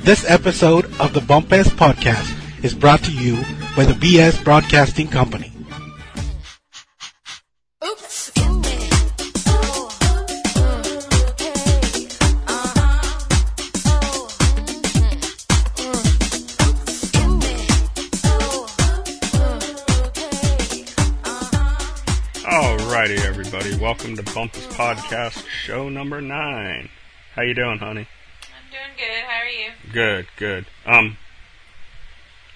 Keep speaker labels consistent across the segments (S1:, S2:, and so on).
S1: This episode of the Bump Ass Podcast is brought to you by the BS Broadcasting Company.
S2: Oops. Ooh. Ooh. Hey. Uh-huh. Oh.
S3: Alrighty, everybody. Welcome to Bumpus Podcast, show number nine. How you doing, honey?
S4: I'm doing good. How are you?
S3: Good, good. Um,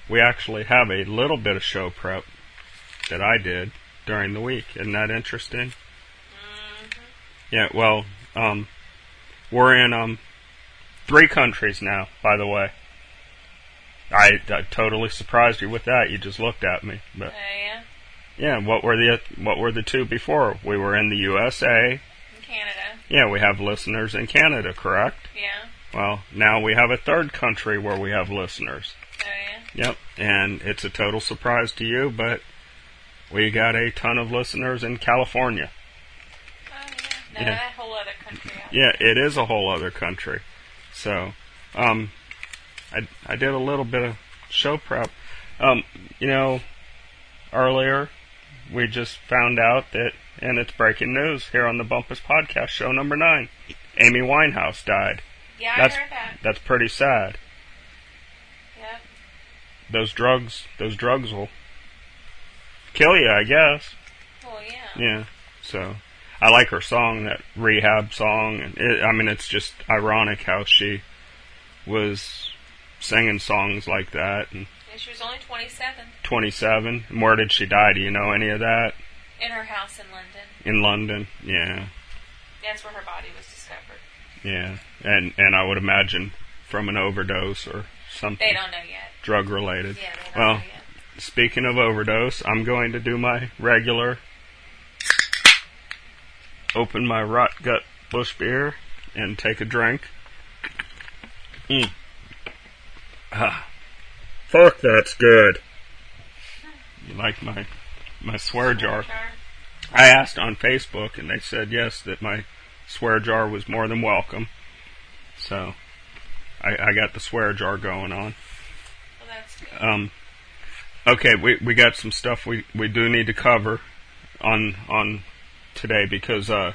S3: we actually have a little bit of show prep that I did during the week. Isn't that interesting? Yeah. Well, um, we're in um three countries now. By the way, I, I totally surprised you with that. You just looked at me, but.
S4: Uh, yeah.
S3: Yeah, what were the what were the two before? We were in the USA.
S4: In Canada.
S3: Yeah, we have listeners in Canada, correct?
S4: Yeah.
S3: Well, now we have a third country where we have listeners.
S4: Oh, yeah.
S3: Yep, and it's a total surprise to you, but we got a ton of listeners in California.
S4: Oh, yeah. No,
S3: Yeah.
S4: that whole other country. out
S3: Yeah, it is a whole other country. So, um, I I did a little bit of show prep. Um, you know, earlier we just found out that, and it's breaking news here on the Bumpus Podcast, show number nine. Amy Winehouse died.
S4: there. Yeah,
S3: That's
S4: I heard that.
S3: that's pretty sad.
S4: Yep.
S3: Those drugs, those drugs will kill you, I guess.
S4: Well, Oh, yeah.
S3: Yeah. So, I like her song, that rehab song. And it, I mean, it's just ironic how she was singing songs like that. And
S4: And she was only 27
S3: 27. And where did she die? Do you know any of that?
S4: in her house in London.
S3: In London. Yeah.
S4: That's where her body was discovered.
S3: Yeah. And and I would imagine from an overdose or something
S4: They don't know yet.
S3: drug related.
S4: Yeah, they don't
S3: well,
S4: know yet.
S3: speaking of overdose, I'm going to do my regular open my rot gut bush beer and take a drink. Mm. Ah. Fuck, that's good. You like my my swear jar?
S4: Sure.
S3: I asked on Facebook and they said yes that my swear jar was more than welcome. So I, I got the swear jar going on.
S4: Well, that's good.
S3: Um, okay, we, we got some stuff we, we do need to cover on on today because uh,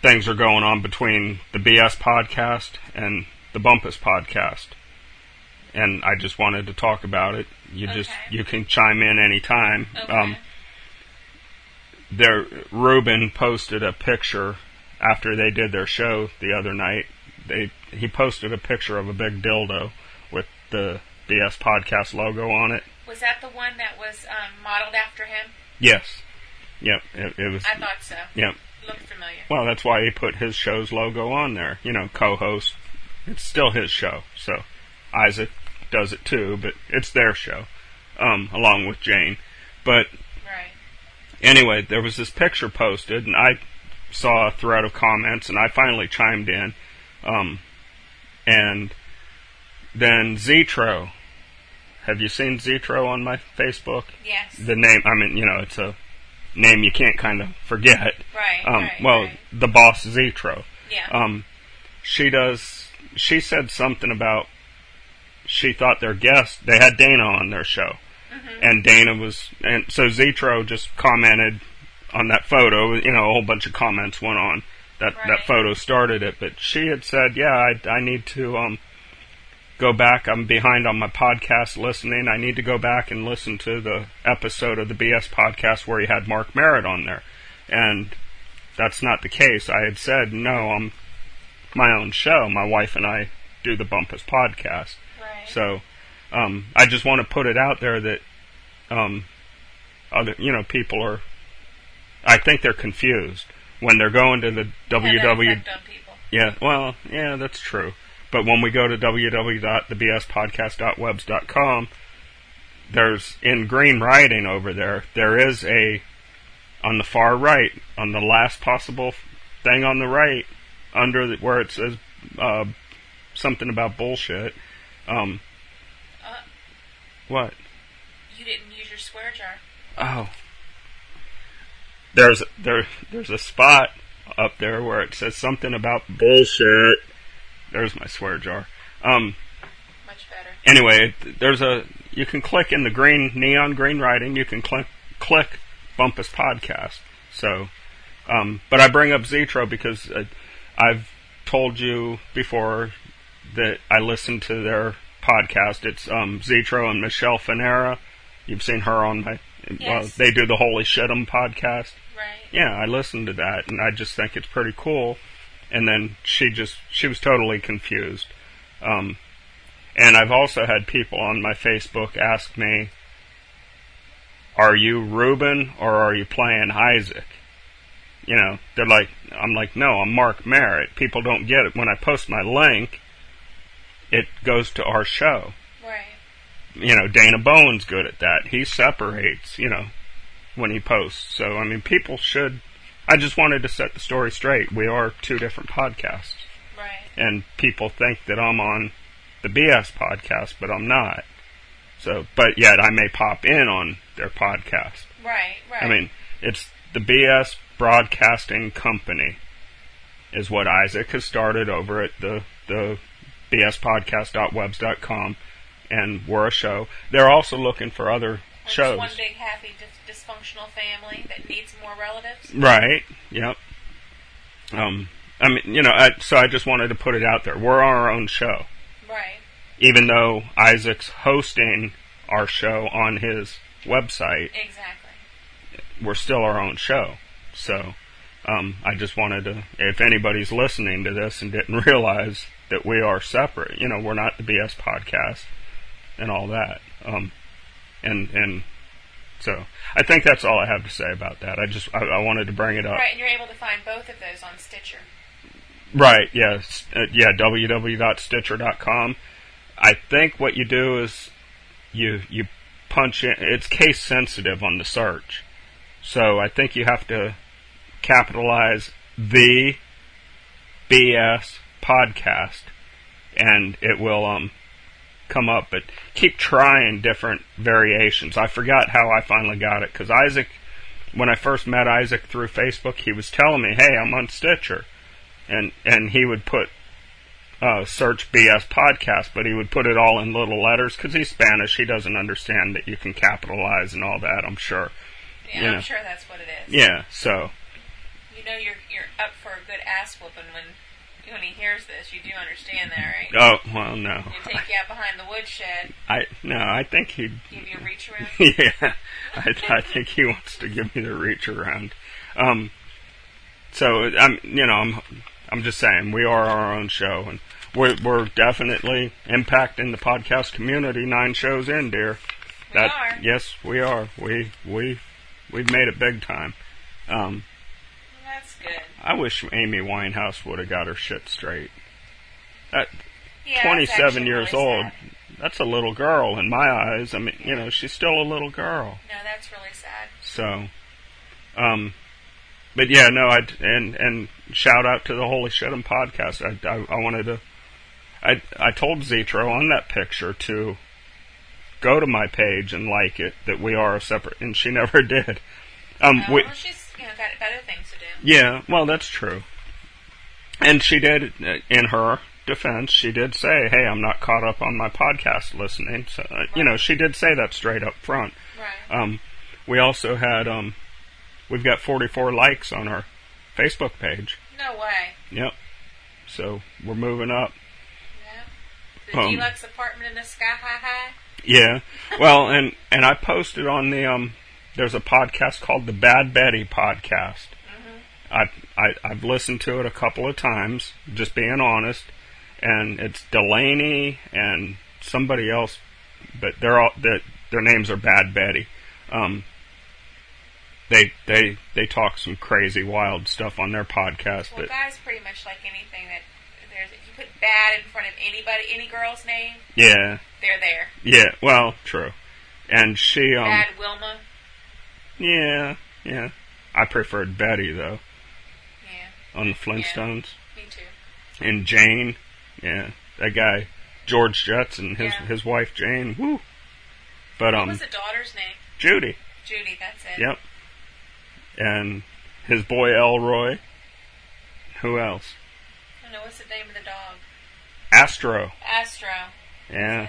S3: things are going on between the BS podcast and the Bumpus podcast, and I just wanted to talk about it. You just
S4: Okay.
S3: you can chime in anytime.
S4: Okay.
S3: Um, there, Ruben posted a picture after they did their show the other night. They he posted a picture of a big dildo with the BS podcast logo on it.
S4: was that the one that was um, modeled after him?
S3: Yes. Yep. It, it was.
S4: I thought so.
S3: Yep.
S4: Looked familiar.
S3: Well, that's why he put his show's logo on there. You know, co-host. It's still his show, so Isaac does it too, but it's their show, um, along with Jane. But
S4: Right.
S3: anyway, there was this picture posted, and I saw a thread of comments, and I finally chimed in. Um, and then Zetro. Have you seen Zetro on my Facebook?
S4: Yes.
S3: The name, I mean, you know, it's a name you can't kind of forget.
S4: right.
S3: Um,
S4: right,
S3: well,
S4: right.
S3: the boss Zetro.
S4: Yeah.
S3: Um, she does. She said something about she thought their guest they had Dana on their show,
S4: Mm-hmm.
S3: and Dana was and so Zetro just commented on that photo. You know, a whole bunch of comments went on that that
S4: Right.
S3: photo started it, but she had said, "Yeah, I I need to um go back. I'm behind on my podcast listening. I need to go back and listen to the episode of the BS podcast where he had Mark Merritt on there." And that's not the case. I had said, "No, I'm my own show. My wife and I do the Bumpus podcast."
S4: right.
S3: So um, I just want to put it out there that um, other you know people are. I think they're confused when they're going to the
S4: How that
S3: www.
S4: effect on people.
S3: Yeah, well, yeah, that's true. But when we go to www.thebspodcast.webs.com, there's in green writing over there. There is a on the far right, on the last possible thing on the right, under the, where it says uh, something about bullshit. Um,
S4: Uh.
S3: what?
S4: You didn't use your swear jar.
S3: Oh. There's there there's a spot up there where it says something about bullshit. There's my swear jar. Um,
S4: Much better.
S3: anyway, there's a you can click in the green neon green writing. You can click click Bumpus Podcast. So, um, but I bring up Zetro because uh, I've told you before that I listen to their podcast. It's um, Zetro and Michelle Fanera. You've seen her on my. Well,
S4: Yes.
S3: they do the Holy Shitum podcast
S4: Right.
S3: yeah, I listened to that and I just think it's pretty cool. And then she just she was totally confused. Um, and I've also had people on my Facebook ask me, "Are you Ruben or are you playing Isaac?" You know, they're like, I'm like, no, I'm Mark Merritt. People don't get it. When I post my link, it goes to our show
S4: Right.
S3: you know, Dana Bowen's good at that. He separates, you know, when he posts. So, I mean, people should. I just wanted to set the story straight. We are two different podcasts,
S4: Right.
S3: and people think that I'm on the BS podcast, but I'm not. So, but yet I may pop in on their podcast.
S4: Right. Right.
S3: I mean, it's the BS Broadcasting Company, is what Isaac has started over at the the bspodcast.webs.com, and we're a show. They're also looking for other
S4: We're just
S3: shows,
S4: one big happy dis- dysfunctional family that needs more relatives.
S3: right? Yep. Um, I mean, you know, I, so I just wanted to put it out there. We're on our own show,
S4: Right.
S3: even though Isaac's hosting our show on his website.
S4: Exactly.
S3: we're still our own show. So um, I just wanted to, if anybody's listening to this and didn't realize that we are separate, you know, we're not the BS podcast and all that. Um, and and so I think that's all I have to say about that. I just I, I wanted to bring it up.
S4: Right, and you're able to find both of those on Stitcher.
S3: Right, yeah. s- Uh, yeah, www.stitcher.com. I think what you do is you you punch in it's case sensitive on the search. So I think you have to capitalize the BS podcast and it will um come up but keep trying different variations. I forgot how I finally got it cuz Isaac when I first met Isaac through Facebook, he was telling me, "Hey, I'm on Stitcher." and and he would put uh, search BS podcast, but he would put it all in little letters because he's Spanish. He doesn't understand that you can capitalize and all that. I'm sure.
S4: Yeah,
S3: Yeah.
S4: I'm sure that's what it is.
S3: Yeah. So
S4: You know you're you're up for a good ass whooping when when he hears this. You do understand that, right?
S3: oh well, no,
S4: He'll take you out behind the woodshed,
S3: I no, I think he.
S4: give you a reach around.
S3: Yeah, I, I think he wants to give me the reach around. Um, so I'm, you know, I'm, I'm just saying we are our own show, and we're we're definitely impacting the podcast community nine shows in, dear.
S4: We
S3: That,
S4: are.
S3: Yes, we are. We we we've made it big time. Um,
S4: That's good.
S3: I wish Amy Winehouse would have got her shit straight. That
S4: Yeah, that's
S3: 27
S4: actually
S3: years
S4: really
S3: old.
S4: sad.
S3: That's a little girl in my eyes. I mean, you know, she's still a little girl.
S4: No, that's really sad.
S3: So, um, but yeah, no, I and and shout out to the Holy Shit'em podcast. I, I I wanted to, I I told Zetro on that picture to go to my page and like it that we are a separate, and she never did. Um,
S4: Uh,
S3: we,
S4: well, she's you know got other things to do.
S3: yeah, well, that's true. And she did, uh, in her defense, she did say, "Hey, I'm not caught up on my podcast listening." So, uh, you know, she did say that straight up front.
S4: Right.
S3: Um, we also had um, we've got 44 likes on our Facebook page.
S4: No way.
S3: Yep. So we're moving up.
S4: Yeah. The
S3: Um,
S4: deluxe apartment in the sky high high.
S3: Yeah. Well, and and I posted on the um, there's a podcast called the Bad Betty podcast.
S4: Mm-hmm.
S3: I, I I've listened to it a couple of times, just being honest, and it's Delaney and somebody else, but they're all that their names are Bad Betty. Um, they they they talk some crazy wild stuff on their podcast,
S4: Well,
S3: but
S4: guys, pretty much like anything that there's if you put bad in front of anybody, any girl's name,
S3: yeah,
S4: they're there.
S3: yeah, well, true. And she um
S4: Bad Wilma.
S3: yeah yeah, I preferred Betty though.
S4: Yeah,
S3: on the Flintstones.
S4: me too.
S3: And Jane, yeah, that guy George Jetson, his
S4: Yeah.
S3: his wife Jane, woo. But
S4: What
S3: um,
S4: was the daughter's name?
S3: Judy,
S4: Judy. That's it.
S3: yep. And his boy Elroy. Who else?
S4: I don't know what's the name of the dog.
S3: Astro.
S4: Astro.
S3: Yeah.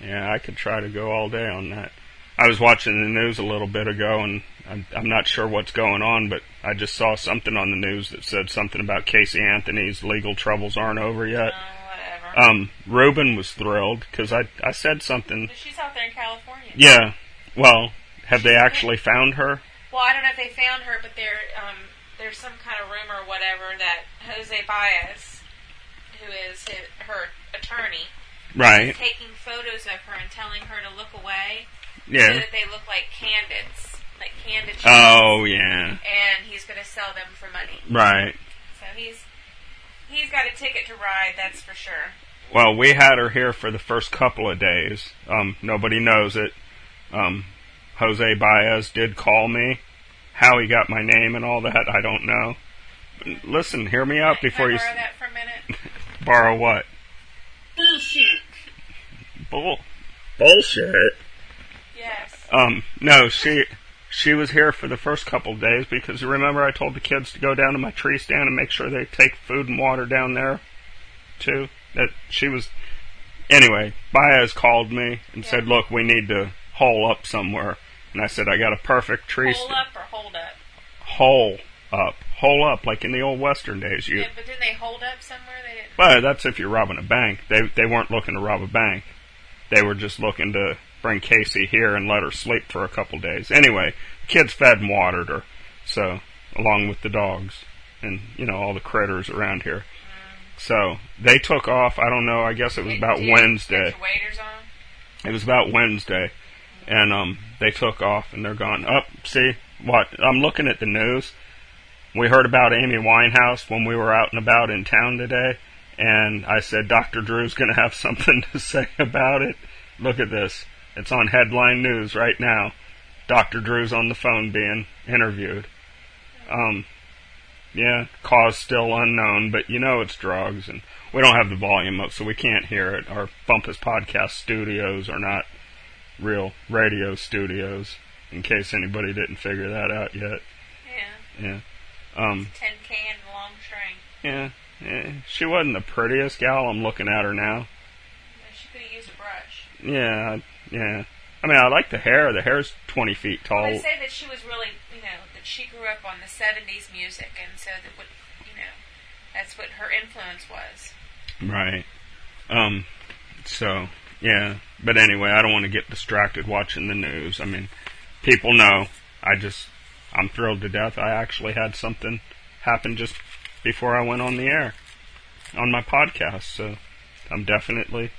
S3: Yeah, I could try to go all day on that. I was watching the news a little bit ago, and I'm, I'm not sure what's going on, but I just saw something on the news that said something about Casey Anthony's legal troubles aren't over yet.
S4: Oh, whatever.
S3: Um, Ruben was thrilled because I I said something.
S4: but she's out there in California.
S3: Yeah. Well, have they actually found her?
S4: Well, I don't know if they found her, but there, um, there's some kind of rumor, or whatever, that Jose Baez, who is his, her attorney,
S3: Right.
S4: taking photos of her and telling her to look away so
S3: Yeah.
S4: that they look like candids, like candid shots,
S3: Oh yeah.
S4: and he's going to sell them for money.
S3: Right.
S4: So he's he's got a ticket to ride, that's for sure.
S3: Well, we had her here for the first couple of days. Um, nobody knows it. Um, Jose Baez did call me. How he got my name and all that, I don't know. But Listen, hear me out before you
S4: Can I
S3: s-
S4: borrow that for a minute.
S3: borrow what?
S4: Bullshit.
S3: Bull. Bullshit.
S4: Yes.
S3: Um, no, she she was here for the first couple of days because remember I told the kids to go down to my tree stand and make sure they take food and water down there too. That she was anyway, Baez called me and said, Look, we need to hole up somewhere and I said, I got a perfect tree
S4: Hole
S3: sta-
S4: up or hold up?
S3: hole up. Hole up, like in the old western days. You
S4: Yeah, but didn't they hold up somewhere? They didn't.
S3: well, that's if you're robbing a bank. They they weren't looking to rob a bank. They were just looking to bring Casey here and let her sleep for a couple days. Anyway, kids fed and watered her, so along with the dogs and you know all the critters around here. So they took off. I don't know. I guess it was about
S4: Did you
S3: Wednesday.
S4: Get your waders on.
S3: It was about Wednesday, and um, they took off and they're gone. Up, see what? I'm looking at the news. We heard about Amy Winehouse when we were out and about in town today, and I said Dr. Drew's going to have something to say about it. Look at this. It's on headline news right now. Dr. Drew's on the phone being interviewed. Um, yeah, cause still unknown, but you know it's drugs, and we don't have the volume up, so we can't hear it. Our Bumpus Podcast studios are not real radio studios, in case anybody didn't figure that out yet.
S4: Yeah.
S3: Yeah. Um,
S4: Ten K and a long string.
S3: yeah, yeah. She wasn't the prettiest gal. I'm looking at her now.
S4: She could have used a brush.
S3: Yeah, yeah. I mean, I like the hair. The hair's 20 feet tall.
S4: They say that she was really, you know, that she grew up on the '70s music, and so that what, you know, that's what her influence was.
S3: Right. Um. So yeah. But anyway, I don't want to get distracted watching the news. I mean, people know. I just I'm thrilled to death. I actually had something happen just before I went on the air on my podcast. So I'm definitely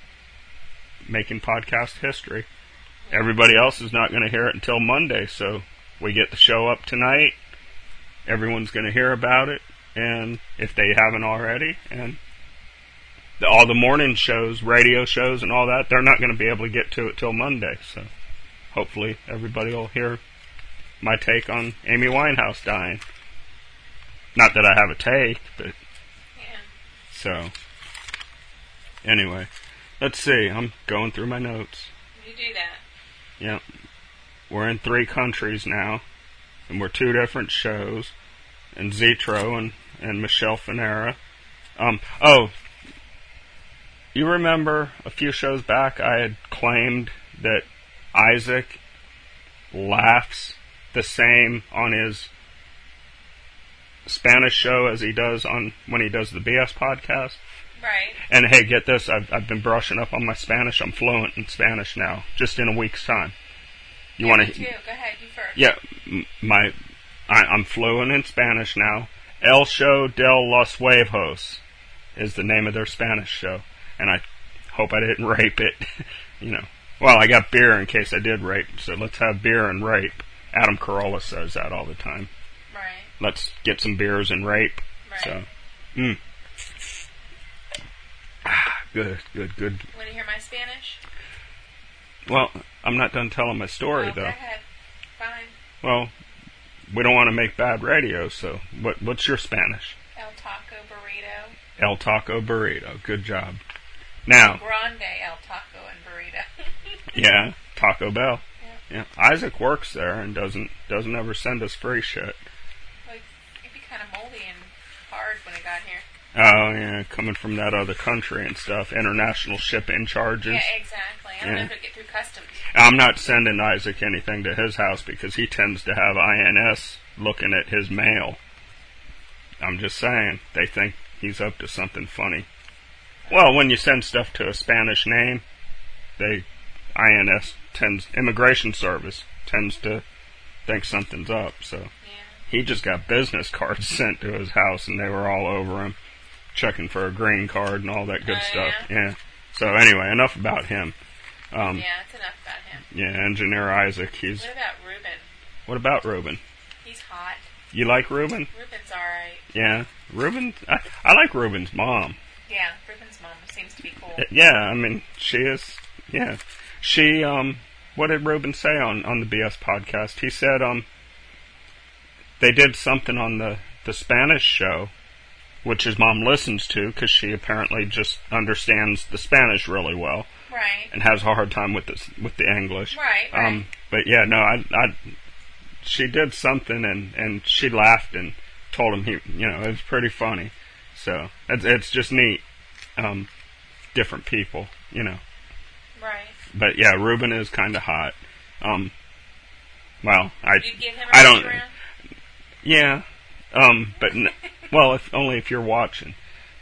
S3: making podcast history. Everybody else is not going to hear it until Monday. So we get the show up tonight. Everyone's going to hear about it. And if they haven't already, and the- all the morning shows, radio shows, and all that, they're not going to be able to get to it till Monday. So hopefully everybody will hear my take on Amy Winehouse dying. Not that I have a take, but
S4: Yeah.
S3: so. Anyway, let's see. I'm going through my notes.
S4: You do that.
S3: Yep. We're in three countries now, and we're two different shows, and Zetro and, and Michelle Finera. Um, oh, you remember a few shows back I had claimed that Isaac laughs the same on his Spanish show as he does on when he does the BS podcast?
S4: Right.
S3: And hey, get this, I've, I've been brushing up on my Spanish. I'm fluent in Spanish now, just in a week's time. You
S4: yeah,
S3: want to?
S4: me too. Go ahead. You first.
S3: Yeah, m- my, I, I'm fluent in Spanish now. El Show del Los Huevos is the name of their Spanish show, and I hope I didn't rape it. you know, well, I got beer in case I did rape, so let's have beer and rape. Adam Carolla says that all the time.
S4: Right.
S3: Let's get some beers and rape.
S4: Right.
S3: So, mm. Ah, good, good, good.
S4: Want to hear my Spanish?
S3: Well, I'm not done telling my story
S4: oh, Go
S3: though.
S4: ahead. Fine.
S3: Well, we don't want to make bad radio, so what? What's your Spanish?
S4: El taco burrito.
S3: El taco burrito. Good job. Now,
S4: Grande el taco and burrito.
S3: yeah, Taco Bell. Yeah, Isaac works there and doesn't doesn't ever send us free shit.
S4: like, it'd be kind of moldy and hard when it got here.
S3: Oh yeah, coming from that other country and stuff, international shipping charges.
S4: Yeah, exactly. I don't know
S3: Yeah.
S4: if it'd get through customs.
S3: I'm not sending Isaac anything to his house because he tends to have INS looking at his mail. I'm just saying, they think he's up to something funny. Well, when you send stuff to a Spanish name, they INS tends immigration service tends to think something's up, so
S4: Yeah.
S3: he just got business cards sent to his house and they were all over him checking for a green card and all that good
S4: Oh,
S3: stuff yeah so anyway enough about him um, yeah.
S4: Yeah, that's enough about him.
S3: engineer isaac he's
S4: What about Ruben?
S3: what about reuben
S4: He's hot.
S3: you like reuben
S4: Ruben's alright.
S3: yeah reuben i, I like reuben's mom
S4: Yeah, Ruben's mom seems to be cool.
S3: Y- yeah i mean she is yeah she um what did reuben say on on the bs podcast he said um they did something on the the Spanish show, which his mom listens to because she apparently just understands the Spanish really well
S4: Right.
S3: and has a hard time with this with the English.
S4: Right, right.
S3: Um, but yeah, no, I, I, she did something and and she laughed and told him he, you know, it was pretty funny. So it's it's just neat, um, different people, you know
S4: Right.
S3: but yeah, Ruben is kind of hot. Um, well, I
S4: You'd give him a
S3: I don't.
S4: round?
S3: Yeah, um, but n- well, if only if you're watching.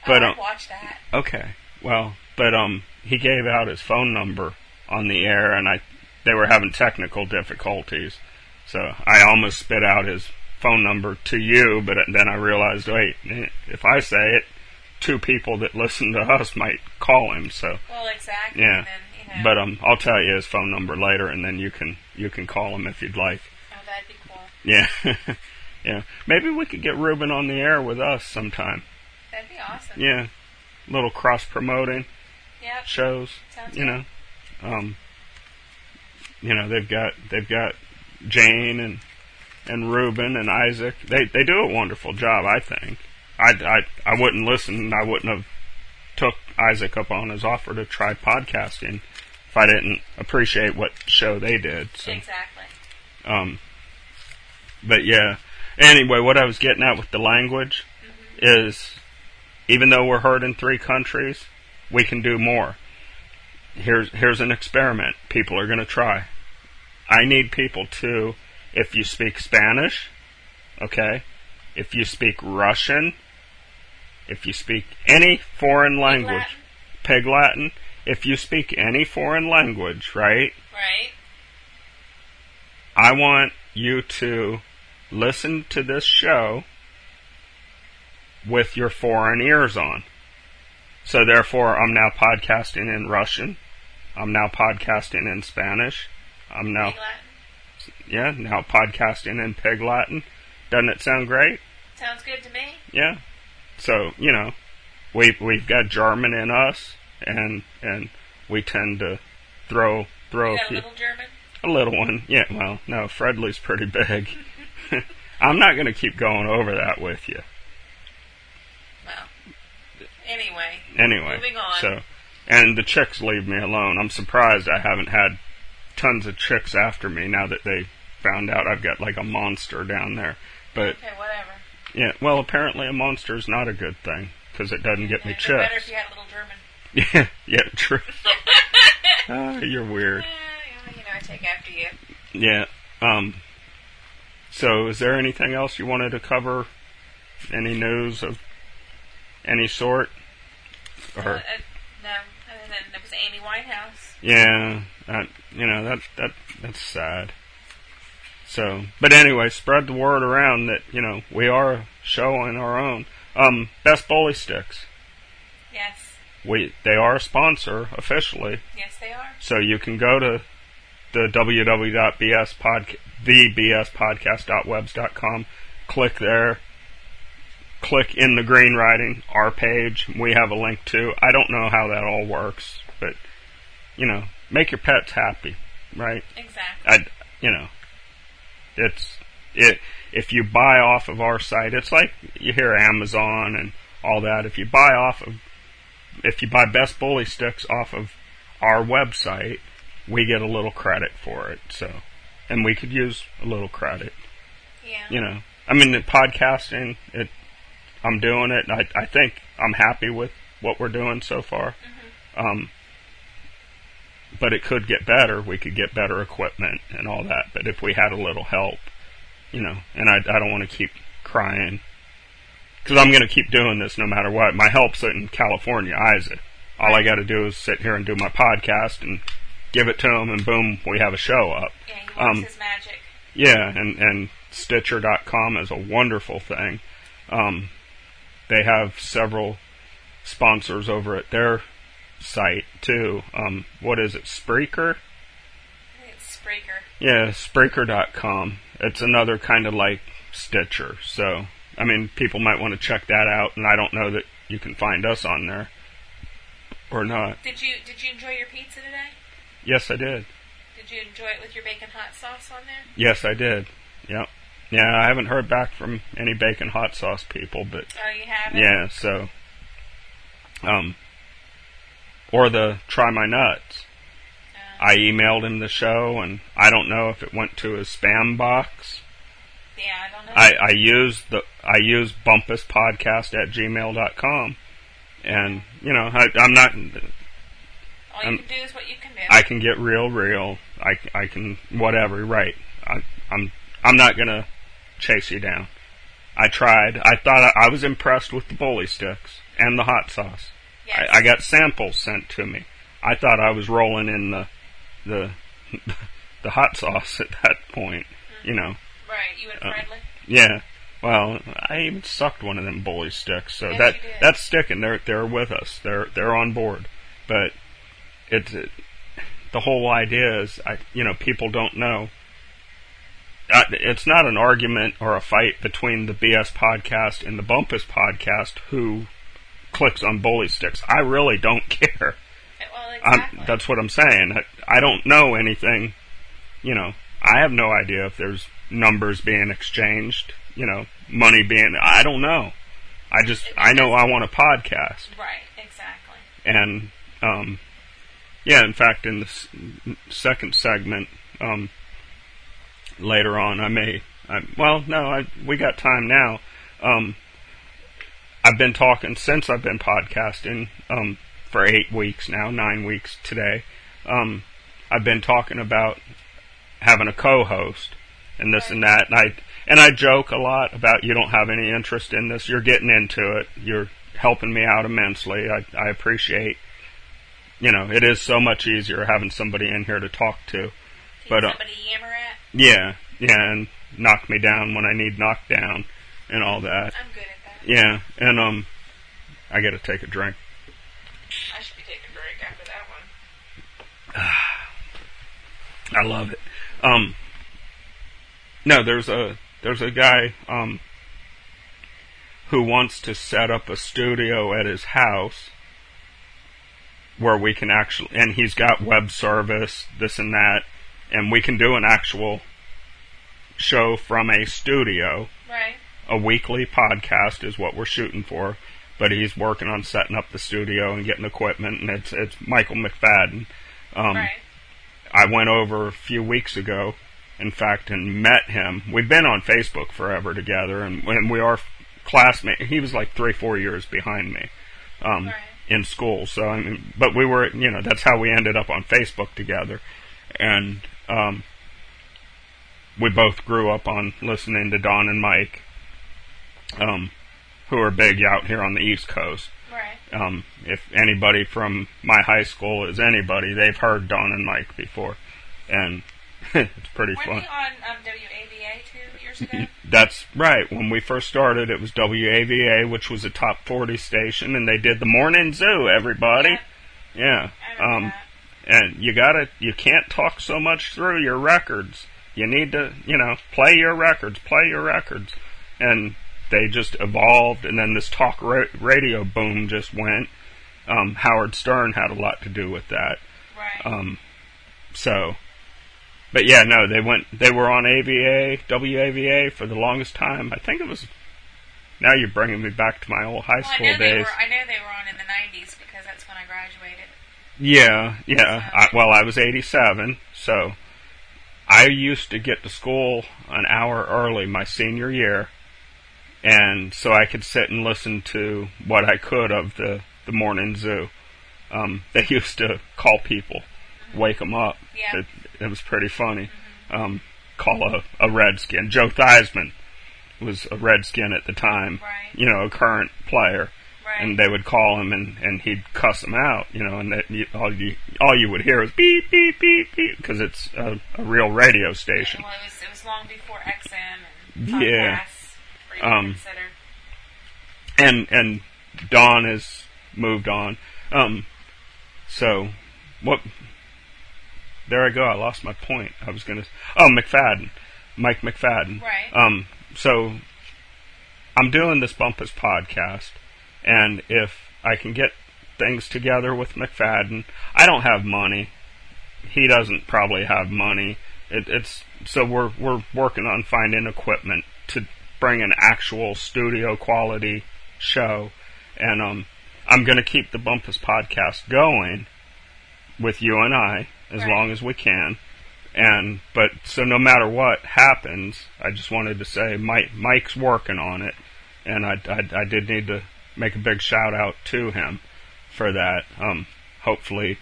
S3: But
S4: oh,
S3: um,
S4: I'd watch that.
S3: okay, well, but um, he gave out his phone number on the air, and I they were having technical difficulties, so I almost spit out his phone number to you, but then I realized, wait, eh, if I say it, two people that listen to us might call him, so.
S4: Well, exactly.
S3: Yeah.
S4: And then, you know,
S3: But um, I'll tell you his phone number later, and then you can you can call him if you'd like.
S4: oh, that'd be cool.
S3: Yeah, yeah. Maybe we could get Ruben on the air with us sometime.
S4: That'd be awesome.
S3: Yeah, little cross promoting
S4: Yep.
S3: shows.
S4: Sounds
S3: you know, um, you know they've got they've got Jane and and Ruben and Isaac. They they do a wonderful job, I think. I I I wouldn't listen. I wouldn't have took Isaac up on his offer to try podcasting if I didn't appreciate what show they did. So.
S4: Exactly.
S3: Um, but yeah. Anyway, what I was getting at with the language is even though we're heard in three countries, we can do more. Here's here's an experiment. People are going to try. I need people to if you speak Spanish, okay? If you speak Russian, if you speak any foreign language, Peg Latin, if you speak any foreign language, right?
S4: Right.
S3: I want you to listen to this show with your foreign ears on. So therefore, I'm now podcasting in Russian. I'm now podcasting in Spanish. I'm now,
S4: Big Latin.
S3: yeah, now podcasting in Pig Latin. Doesn't it sound great?
S4: Sounds good to me.
S3: Yeah. So, you know, we, we've got German in us and, and we tend to throw, throw
S4: You
S3: a
S4: got a
S3: few.
S4: little German?
S3: A little one. Yeah, well, no, Fredley's pretty big. I'm not going to keep going over that with you.
S4: Well. Anyway.
S3: Anyway.
S4: Moving on.
S3: So, and the chicks leave me alone. I'm surprised I haven't had tons of chicks after me now that they found out I've got like a monster down there. But
S4: Okay, whatever.
S3: yeah, well, apparently a monster is not a good thing because it doesn't get me
S4: It'd be better if
S3: chicks.
S4: you had a little German.
S3: Yeah, yeah, true. Ah, you're weird.
S4: Eh, you know, I take after you.
S3: Yeah. Um. So, is there anything else you wanted to cover? Any news of any sort?
S4: Uh,
S3: Or
S4: uh, no, other than it was Amy Winehouse.
S3: yeah, that, you know that that that's sad. So, but anyway, spread the word around that you know we are a show on our own. Um, best bully sticks.
S4: Yes.
S3: We they are a sponsor officially,
S4: Yes, they are.
S3: so you can go to the www.bspodcast.webs.com, click there, click in the green writing, our page. We have a link to. I don't know how that all works, but you know, make your pets happy, right?
S4: Exactly.
S3: I, you know, it's it. If you buy off of our site, it's like you hear Amazon and all that. If you buy off of, if you buy Best Bully Sticks off of our website, we get a little credit for it. So, and we could use a little credit.
S4: yeah.
S3: You know, I mean, the podcasting. It, I'm doing it. and I I think I'm happy with what we're doing so far. Um, but it could get better. We could get better equipment and all that. But if we had a little help, you know, and I, I don't want to keep crying because I'm going to keep doing this no matter what. My help's in California, Isaac. All I got to do is sit here and do my podcast and give it to them, and boom, we have a show up.
S4: Yeah, he wants
S3: Um,
S4: his magic.
S3: Yeah, and, and Stitcher.com is a wonderful thing. Um, they have several sponsors over at their site too. Um, what is it, Spreaker?
S4: I think It's Spreaker.
S3: Yeah, Spreaker.com. It's another kind of like Stitcher. So, I mean, people might want to check that out, and I don't know that you can find us on there or not.
S4: Did you did you enjoy your pizza today?
S3: Yes, I did.
S4: Did you enjoy it with your bacon hot sauce on there?
S3: Yes, I did. Yep. Yeah, I haven't heard back from any bacon hot sauce people, but
S4: Oh, you haven't.
S3: Yeah, so um or the try my nuts.
S4: Uh,
S3: I emailed him the show and I don't know if it went to his spam box.
S4: yeah, I don't know.
S3: I, I used the I used bumpuspodcast at gmail.com and you know, I I'm not
S4: All you
S3: I'm-
S4: can do is what you can do.
S3: I can get real real. I I can whatever, right. I I'm I'm not going to chase you down. I tried. I thought I, I was impressed with the bully sticks and the hot sauce.
S4: yes.
S3: I, I got samples sent to me. I thought I was rolling in the the the hot sauce at that point. You know,
S4: right. You and
S3: uh,
S4: friendly. Eh,
S3: yeah. Well, I even sucked one of them bully sticks, so
S4: Yes,
S3: that
S4: you did.
S3: that's sticking. They're they're with us. They're they're on board. But it's it, the whole idea is, I you know, people don't know. Uh, It's not an argument or a fight between the BS podcast and the Bumpus podcast who clicks on bully sticks. I really don't care.
S4: Well, exactly.
S3: I'm, that's what I'm saying. I, I don't know anything. You know, I have no idea if there's numbers being exchanged. You know, money being. I don't know. I just I know I want a podcast,
S4: right. Exactly.
S3: and um, yeah. In fact, in the s- second segment, um, later on, I may. I, well, no, I, we got time now. Um, I've been talking since I've been podcasting um, for eight weeks now, nine weeks today. Um, I've been talking about having a co-host and this and that, and I and I joke a lot about you don't have any interest in this. You're getting into it. You're helping me out immensely. I, I appreciate. You know, it is so much easier having somebody in here to talk to.
S4: Keep
S3: But, uh,
S4: somebody yammer at.
S3: Yeah, yeah, and knock me down when I need knocked down and all that.
S4: I'm good at that.
S3: Yeah, and um, I gotta take a drink.
S4: I should be taking a break after that one.
S3: I love it. Um, no, there's a there's a guy um who wants to set up a studio at his house where we can actually, and he's got web service, this and that, and we can do an actual show from a studio.
S4: Right.
S3: a weekly podcast is what we're shooting for. But he's working on setting up the studio and getting equipment, and it's it's Michael McFadden. Um,
S4: right.
S3: I went over a few weeks ago, in fact, and met him. We've been on Facebook forever together, and, and we are classmates. He was like three, four years behind me um,
S4: Right.
S3: in school. So, I mean, but we were, you know, that's how we ended up on Facebook together, and um, we both grew up on listening to Don and Mike, um, who are big out here on the East Coast
S4: Right.
S3: um, if anybody from my high school is anybody, they've heard Don and Mike before, and it's pretty
S4: Weren't
S3: fun.
S4: you on um, WAVA two years ago?
S3: That's right. When we first started, it was WAVA, which was a top forty station, and they did the morning zoo. Everybody, yeah.
S4: I remember
S3: Um,
S4: that.
S3: and you gotta, you can't talk so much through your records. You need to, you know, play your records, play your records, and they just evolved. And then this talk ra- radio boom just went. Um, Howard Stern had a lot to do with that.
S4: Right.
S3: Um, so, but yeah, no, they went, they were on AVA, WAVA for the longest time. I think it was, now you're bringing me back to my old high
S4: well, I
S3: school
S4: know they
S3: days.
S4: were. I know they were on in the '90s because that's when I graduated.
S3: Yeah, yeah. I, well, I was 87, so I used to get to school an hour early my senior year and so I could sit and listen to what I could of the the morning zoo. Um, they used to call people, wake them up.
S4: Yeah.
S3: It, it was pretty funny. Um, call a, a redskin. Joe Theismann was a redskin at the time.
S4: Right.
S3: You know, a current player
S4: Right.
S3: and they would call him and, and he'd cuss him out, you know, and that you, all you all you would hear was beep beep beep beep because it's a, a real radio station.
S4: Well, it was, it was long before XM and
S3: Yeah.
S4: podcasts were even
S3: Um,
S4: considered.
S3: And and Don has moved on. Um, so what? There I go. I lost my point. I was gonna. Oh, McFadden, Mike McFadden.
S4: Right.
S3: Um. So I'm doing this Bumpus podcast, and if I can get things together with McFadden, I don't have money. He doesn't probably have money. It, it's so we're we're working on finding equipment to bring an actual studio quality show, and um, I'm going to keep the Bumpus podcast going with you and I as
S4: Right.
S3: long as we can. And but so no matter what happens, I just wanted to say Mike Mike's working on it, and I I, I did need to make a big shout out to him for that. Um, hopefully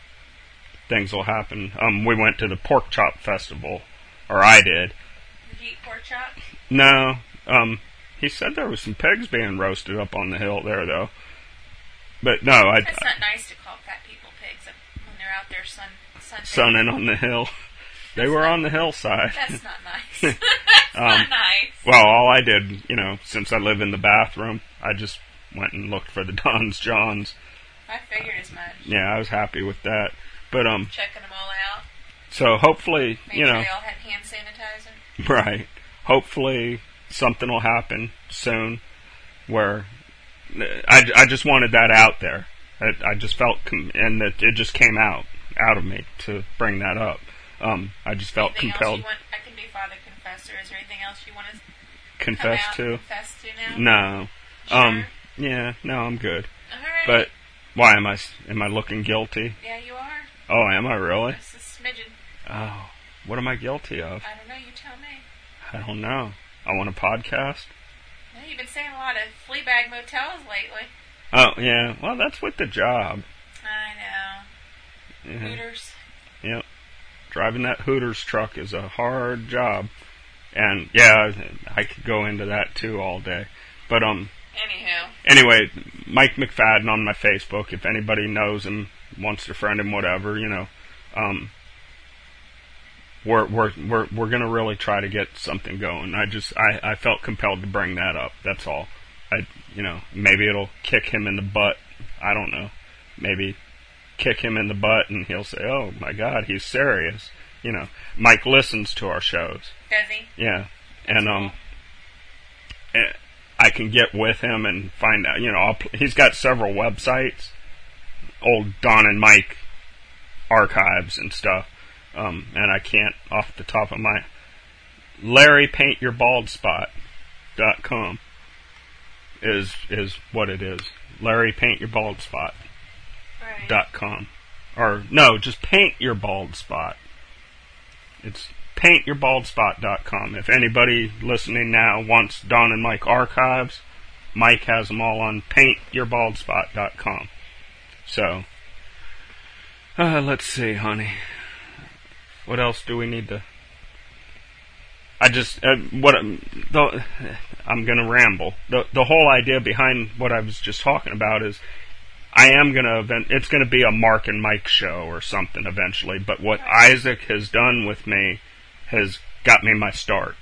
S3: things will happen. Um, we went to the pork chop festival, or I did.
S4: Did you eat pork chop?
S3: No, um, he said there was some pigs being roasted up on the hill there though. But no, I
S4: That's not nice to call fat people pigs when they're out there sun sun.
S3: sunning on the hill. They were on the hillside.
S4: That's not nice.
S3: Um,
S4: That's not nice.
S3: Well, all I did, you know, since I live in the bathroom, I just went and looked for the Don's Johns.
S4: I figured as much.
S3: Yeah, I was happy with that. But um,
S4: Checking them all out.
S3: so hopefully,
S4: Make
S3: you
S4: sure
S3: know,
S4: they all had hand sanitizer.
S3: right. Hopefully, something will happen soon. Where I, I just wanted that out there. I, I just felt, com- and it, it just came out out of me to bring that up. Um, I just felt
S4: Anything else
S3: compelled
S4: you want? I can be father confessor. Is there anything else you want to come
S3: confess
S4: out
S3: to.
S4: and confess to now?
S3: No. Um. Yeah. No, I'm good.
S4: All right.
S3: But why am I s- am I looking guilty?
S4: yeah, you are.
S3: Oh, am I really?
S4: It's a smidgen.
S3: Oh, what am I guilty of?
S4: I don't know. You tell me.
S3: I don't know. I want a podcast.
S4: Well, you've been saying a lot of Fleabag motels lately.
S3: Oh yeah. Well, that's with the job.
S4: I know.
S3: Yeah.
S4: Hooters.
S3: Yep. Driving that Hooters truck is a hard job, and yeah, I could go into that too all day. But um,
S4: Anywho.
S3: anyway, Mike McFadden on my Facebook. If anybody knows him, wants to friend him, whatever, you know, um, we're we're we're we're gonna really try to get something going. I just I I felt compelled to bring that up. That's all. I you know maybe it'll kick him in the butt. I don't know. Maybe kick him in the butt and he'll say, "Oh my God, he's serious." You know, Mike listens to our shows.
S4: Does he?
S3: Yeah, and um, eh, I can get with him and find out. You know, I'll, pl- he's got several websites, old Don and Mike archives and stuff. Um, and I can't off the top of my Larry Paint Your Bald Spot dot com is is what it is. Larry Paint Your Bald Spot
S4: Right.
S3: dot com or no just paint your bald spot it's paintyourbaldspot.com if anybody listening now wants don and mike archives mike has them all on paintyourbaldspot.com so uh, let's see honey what else do we need to I just uh, what I'm- the, I'm going to ramble. The the whole idea behind what I was just talking about is I am going to event. It's going to be a Mark and Mike show or something eventually. But what Isaac has done with me has got me my start.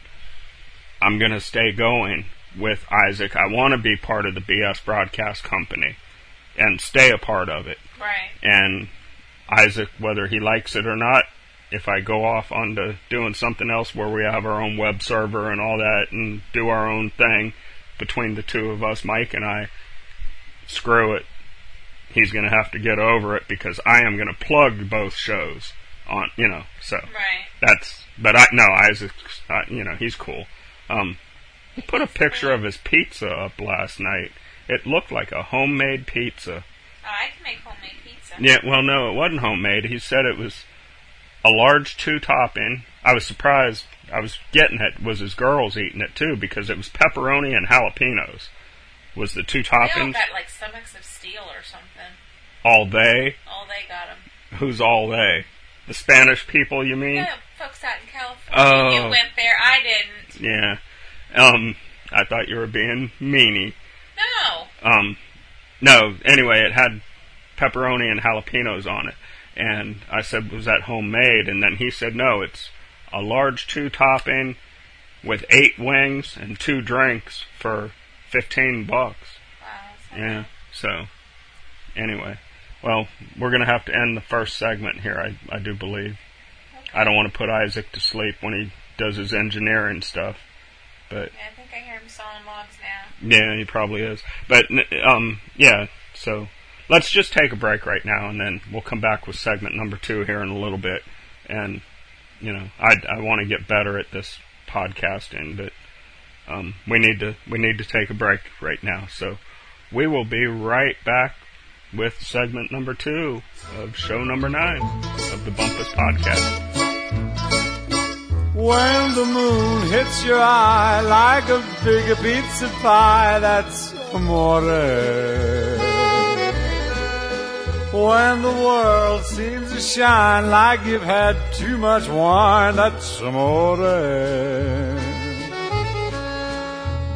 S3: I'm going to stay going with Isaac. I want to be part of the BS Broadcast Company and stay a part of it
S4: Right.
S3: and Isaac, whether he likes it or not, if I go off onto doing something else where we have our own web server and all that and do our own thing between the two of us, Mike and I, screw it. He's going to have to get over it because I am going to plug both shows on, you know, so
S4: Right.
S3: that's, but I, no, Isaac's, uh, you know, he's cool. Um, he put a picture of his pizza up last night. It looked like a homemade pizza.
S4: Oh, I can make homemade pizza.
S3: Yeah, well, no, it wasn't homemade. He said it was a large two topping. I was surprised I was getting at was his girls eating it too because it was pepperoni and jalapenos was the two
S4: They all
S3: toppings.
S4: got like stomachs of steel or something.
S3: all they?
S4: All they got them.
S3: Who's all they? The Spanish people, you mean?
S4: Yeah, folks out in California.
S3: Mm. Oh.
S4: You went there. I didn't.
S3: Yeah. Um, I thought you were being meanie.
S4: No.
S3: Um, no. Anyway, it had pepperoni and jalapenos on it, and I said, "Was that homemade?" And then he said, "No, it's a large two topping with eight wings and two drinks for fifteen bucks."
S4: Wow, so-
S3: Yeah. So, anyway, well, we're gonna have to end the first segment here. I I do believe. I don't want to put Isaac to sleep when he does his engineering stuff, but
S4: Yeah, I think I hear him sawing logs now.
S3: yeah, he probably is. But n- um, yeah. So let's just take a break right now, and then we'll come back with segment number two here in a little bit. And you know, I I want to get better at this podcasting, but um, we need to we need to take a break right now. So we will be right back with segment number two of show number nine of the Bumpus Podcast.
S5: When the moon hits your eye like a big pizza pie, that's amore. When the world seems to shine like you've had too much wine, that's amore.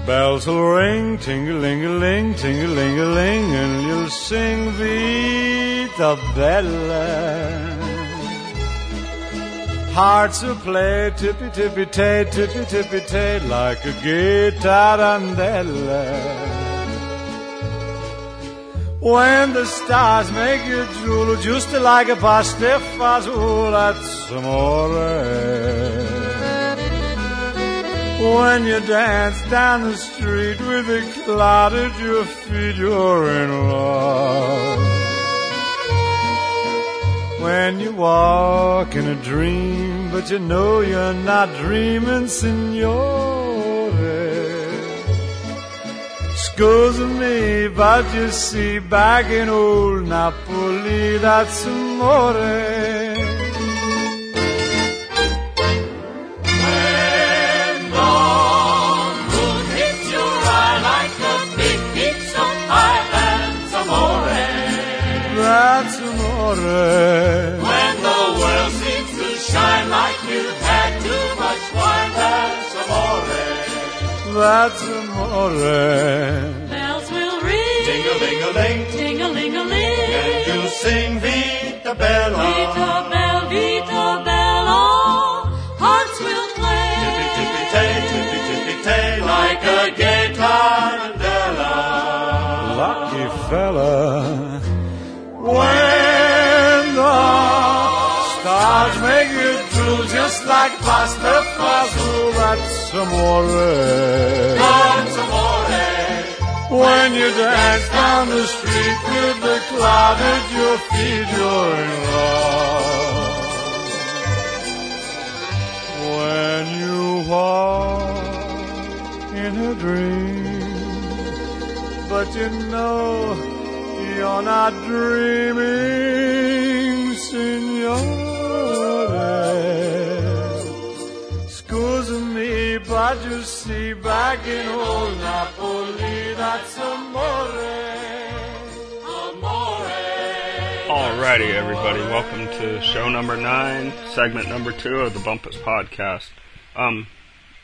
S5: Bells will ring, ting-a-ling-a-ling, ting-a-ling-a-ling, and you'll sing Vita Bella. Hearts will play tippy tippy tay, tippy tippy tay, like a guitar When the stars make you drool, just like a pastifazool at some When you dance down the street with a cloud at your feet, you're in love. When you walk in a dream, but you know you're not dreaming, signore. Excuse me, but you see, back in old Napoli, that's amore. That's amore. When the world seems to shine like you've had too much wine. That's amore. That's amore.
S6: Bells will ring. Ding a ling a ling. Ding a ling a ling. And you sing Vita Bella. Vita Bella, Vita Bella. Hearts will play. Tippy tippy tay, tippy tippy tay. Like a gay tarantella.
S5: Lucky fella. When the stars make you drool just like pasta fazool, that's amore.
S6: Hearts amore.
S5: When you dance down the street with the cloud at your feet, you're in love. When you walk in a dream, but you know you're not dreaming, signore. Excuse me, but you see, back in old Napoli, that's amore.
S3: Alrighty, everybody, welcome to show number nine, segment number two of the Bumpus Podcast. Um,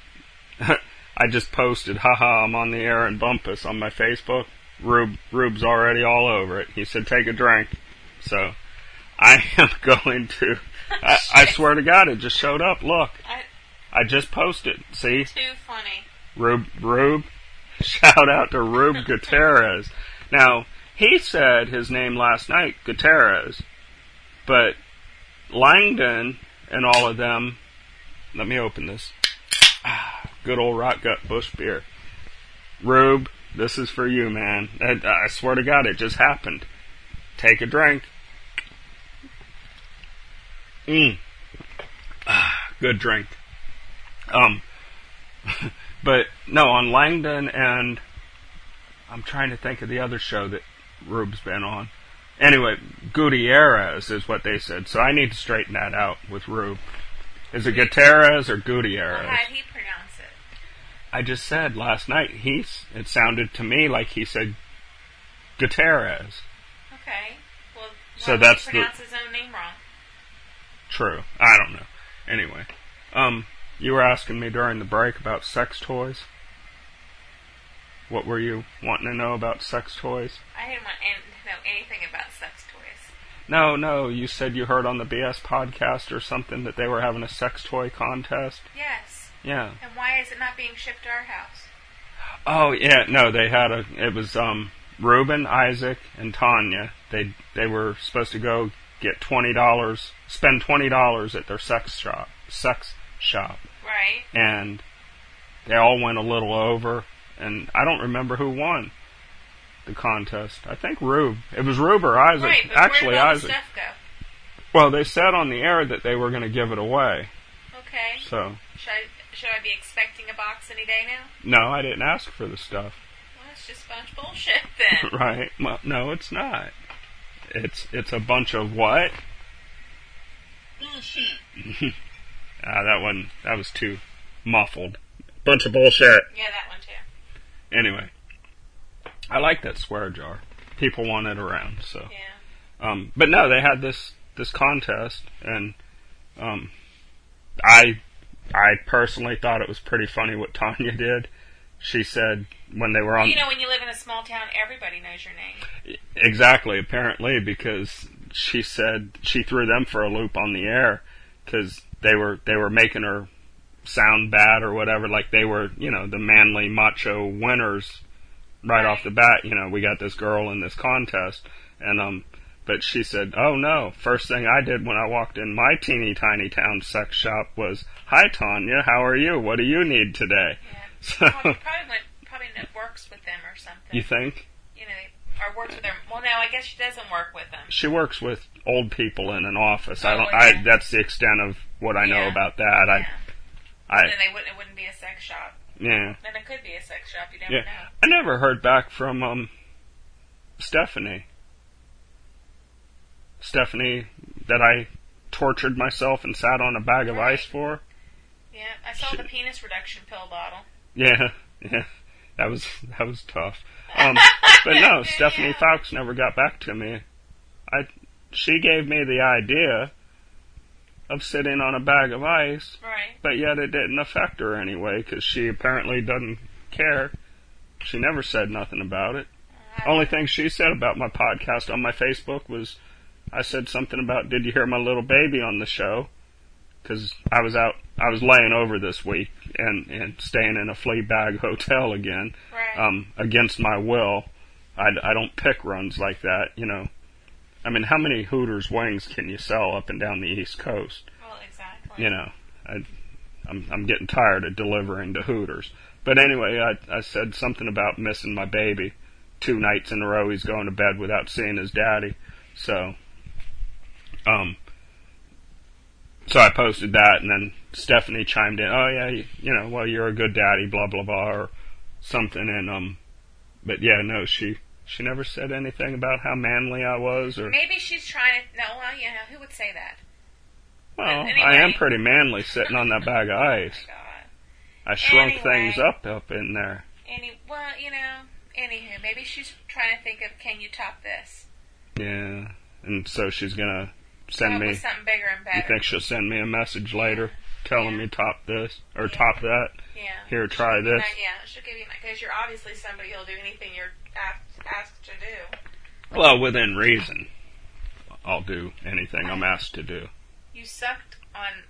S3: I just posted, haha, I'm on the air in Bumpus on my Facebook. Rube, Rube's already all over it. He said, take a drink. So, I am going to, I, I swear to God, it just showed up. Look,
S4: I,
S3: I just posted. See?
S4: too funny.
S3: Rube, Rube. Shout out to Rube Gutierrez. Now, he said his name last night, Gutierrez, but Langdon and all of them. Let me open this. Ah, Good old rock gut bush beer. Rube, this is for you, man. I, I swear to God, it just happened. Take a drink. Mmm. Ah, good drink. Um, but no, on Langdon and I'm trying to think of the other show that Rube's been on. Anyway, Gutierrez is what they said, so I need to straighten that out with Rube. Is it Gutierrez or Gutierrez?
S4: How did he pronounce it?
S3: I just said last night. He's. It sounded to me like he said Gutierrez.
S4: Okay. Well,
S3: So
S4: why would
S3: that's
S4: he
S3: the-
S4: pronounce his own name wrong.
S3: True. I don't know. Anyway, um, you were asking me during the break about sex toys. What were you wanting to know about sex toys?
S4: I didn't want an- to know anything about sex toys.
S3: No, no, you said you heard on the BS podcast or something that they were having a sex toy contest.
S4: Yes.
S3: Yeah.
S4: And why is it not being shipped to our house?
S3: Oh yeah, no, they had a. It was um Reuben, Isaac, and Tanya. They they were supposed to go get twenty dollars, spend twenty dollars at their sex shop, sex shop,
S4: Right.
S3: and they all went a little over. And I don't remember who won the contest. I think Rube. It was Rube or Isaac.
S4: Right. But
S3: Actually,
S4: where did all
S3: Isaac.
S4: the stuff go?
S3: Well, they said on the air that they were going to give it away.
S4: Okay.
S3: So
S4: Should I, should I be expecting a box any day now?
S3: no, I didn't ask for the stuff.
S4: Well, it's just a bunch of bullshit then.
S3: Right. Well, no, it's not. It's it's a bunch of what? Ah, that one that was too muffled. Bunch of bullshit.
S4: Yeah, that one too.
S3: Anyway, I like that swear jar. People want it around. So,
S4: Yeah.
S3: um, but no, they had this this contest, and um, I I personally thought it was pretty funny what Tanya did. She said when they were on.
S4: you know, when you live in a small town, everybody knows your name.
S3: Exactly, apparently, because she said she threw them for a loop on the air because they were they were making her sound bad or whatever, like they were you know the manly macho winners right, off the bat. You know, we got this girl in this contest, and um, but she said, oh no, first thing I did when I walked in my teeny tiny town sex shop was, hi Tanya, how are you? What do you need today?
S4: Yeah.
S3: So
S4: Probably, probably went probably n- works with them or something.
S3: you think
S4: You know, or works with them. Well, no, I guess she doesn't work with them.
S3: she works with old people in an office. I
S4: Oh,
S3: don't.
S4: okay.
S3: I that's the extent of what I know
S4: Yeah.
S3: about that. I,
S4: Yeah.
S3: I,
S4: Then they wouldn't. It wouldn't be a sex shop.
S3: yeah,
S4: Then it could be a sex shop. You never
S3: yeah.
S4: know.
S3: I never heard back from um, Stephanie. Stephanie, that I tortured myself and sat on a bag of ice for.
S4: Yeah, I saw
S3: She-
S4: the penis reduction pill bottle.
S3: Yeah, yeah. That was that was tough. Um, but no, Stephanie Fox never got back to me. I, she gave me the idea of sitting on a bag of ice.
S4: Right.
S3: but yet it didn't affect her anyway because she apparently doesn't care. She never said nothing about it. Only thing she said about my podcast on my Facebook was I said something about did you hear my little baby on the show? Because I was out, I was laying over this week and and staying in a flea bag hotel again,
S4: Right.
S3: um, against my will. I, I don't pick runs like that, you know. I mean, how many Hooters wings can you sell up and down the East Coast?
S4: well, exactly.
S3: you know, I, I'm I'm getting tired of delivering to Hooters. But anyway, I I said something about missing my baby. Two nights in a row, he's going to bed without seeing his daddy. So, um, so I posted that, and then Stephanie chimed in. Oh yeah, you, you know, well you're a good daddy, blah blah blah, or something. And um, but yeah, no, she she never said anything about how manly I was, or
S4: Maybe she's trying to. No, well, you know, who would say that?
S3: well,
S4: anyway.
S3: I am pretty manly sitting on that bag of ice.
S4: God.
S3: I shrunk
S4: Anyway.
S3: things up up in there.
S4: Any. Well, you know. Anywho, maybe she's trying to think of can you top this?
S3: Yeah. And so she's gonna
S4: Come
S3: send
S4: up
S3: me
S4: with something bigger and
S3: you
S4: better.
S3: think she'll send me a message later telling
S4: Yeah.
S3: me top this or top that.
S4: Yeah.
S3: Here try
S4: No,
S3: this.
S4: yeah, she'll give you because you're obviously somebody who'll do anything you're asked, asked to do.
S3: Well, within reason. I'll do anything I'm asked to do.
S4: You sucked on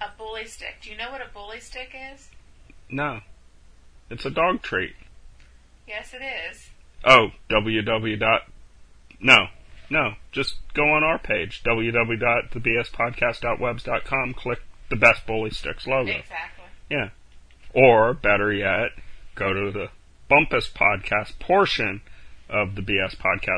S4: a bully stick. Do you know what a bully stick is?
S3: No. It's a dog treat.
S4: Yes, it is.
S3: Oh, www dot no. No. Just go on our page, www.thebspodcast.webs.com, click the best bully sticks logo.
S4: Exactly.
S3: Or, better yet, go to the Bumpus Podcast portion of the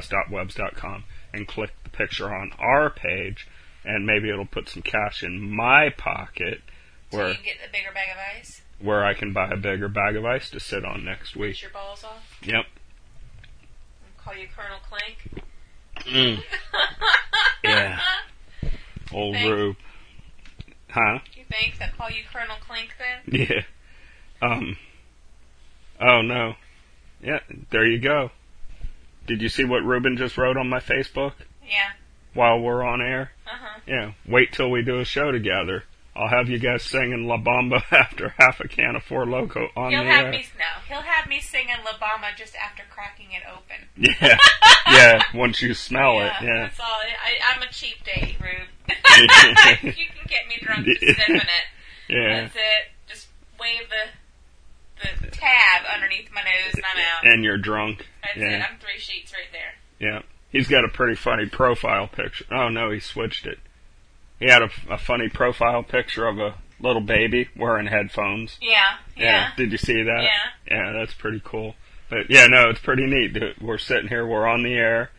S3: bspodcast.webs.com and click the picture on our page, and maybe it'll put some cash in my pocket
S4: So you
S3: where
S4: can get a bigger bag of ice.
S3: where I can buy a bigger bag of ice to sit on next
S4: Get
S3: week.
S4: your balls off.
S3: Yep.
S4: And call you Colonel Clink.
S3: Yeah. Old
S4: Thanks.
S3: Rube. Huh?
S4: You you think that call you Colonel Clink then?
S3: Yeah. Um. Oh no. Yeah. There you go. Did you see what Ruben just wrote on my Facebook
S4: Yeah.
S3: while we're on air?
S4: Uh huh.
S3: Yeah. Wait till we do a show together. I'll have you guys singing La Bamba after half a can of Four Loco on
S4: He'll
S3: the
S4: have
S3: air.
S4: me no. He'll have me singing La Bamba just after cracking it open.
S3: Yeah. Yeah. Once you smell
S4: yeah,
S3: it. Yeah.
S4: that's all. it- I, I'm a cheap date, Rube.
S3: Yeah.
S4: you can get me drunk just sipping it.
S3: Yeah.
S4: That's it. Just wave the the tab underneath my nose and I'm out.
S3: And you're drunk.
S4: That's
S3: yeah.
S4: it. I'm three sheets right there.
S3: Yeah. He's got a pretty funny profile picture. Oh no, he switched it. He had a, a funny profile picture of a little baby wearing headphones.
S4: Yeah. Yeah.
S3: Did you see that?
S4: Yeah.
S3: Yeah, that's pretty cool. But yeah, no, it's pretty neat. that We're sitting here, we're on the air.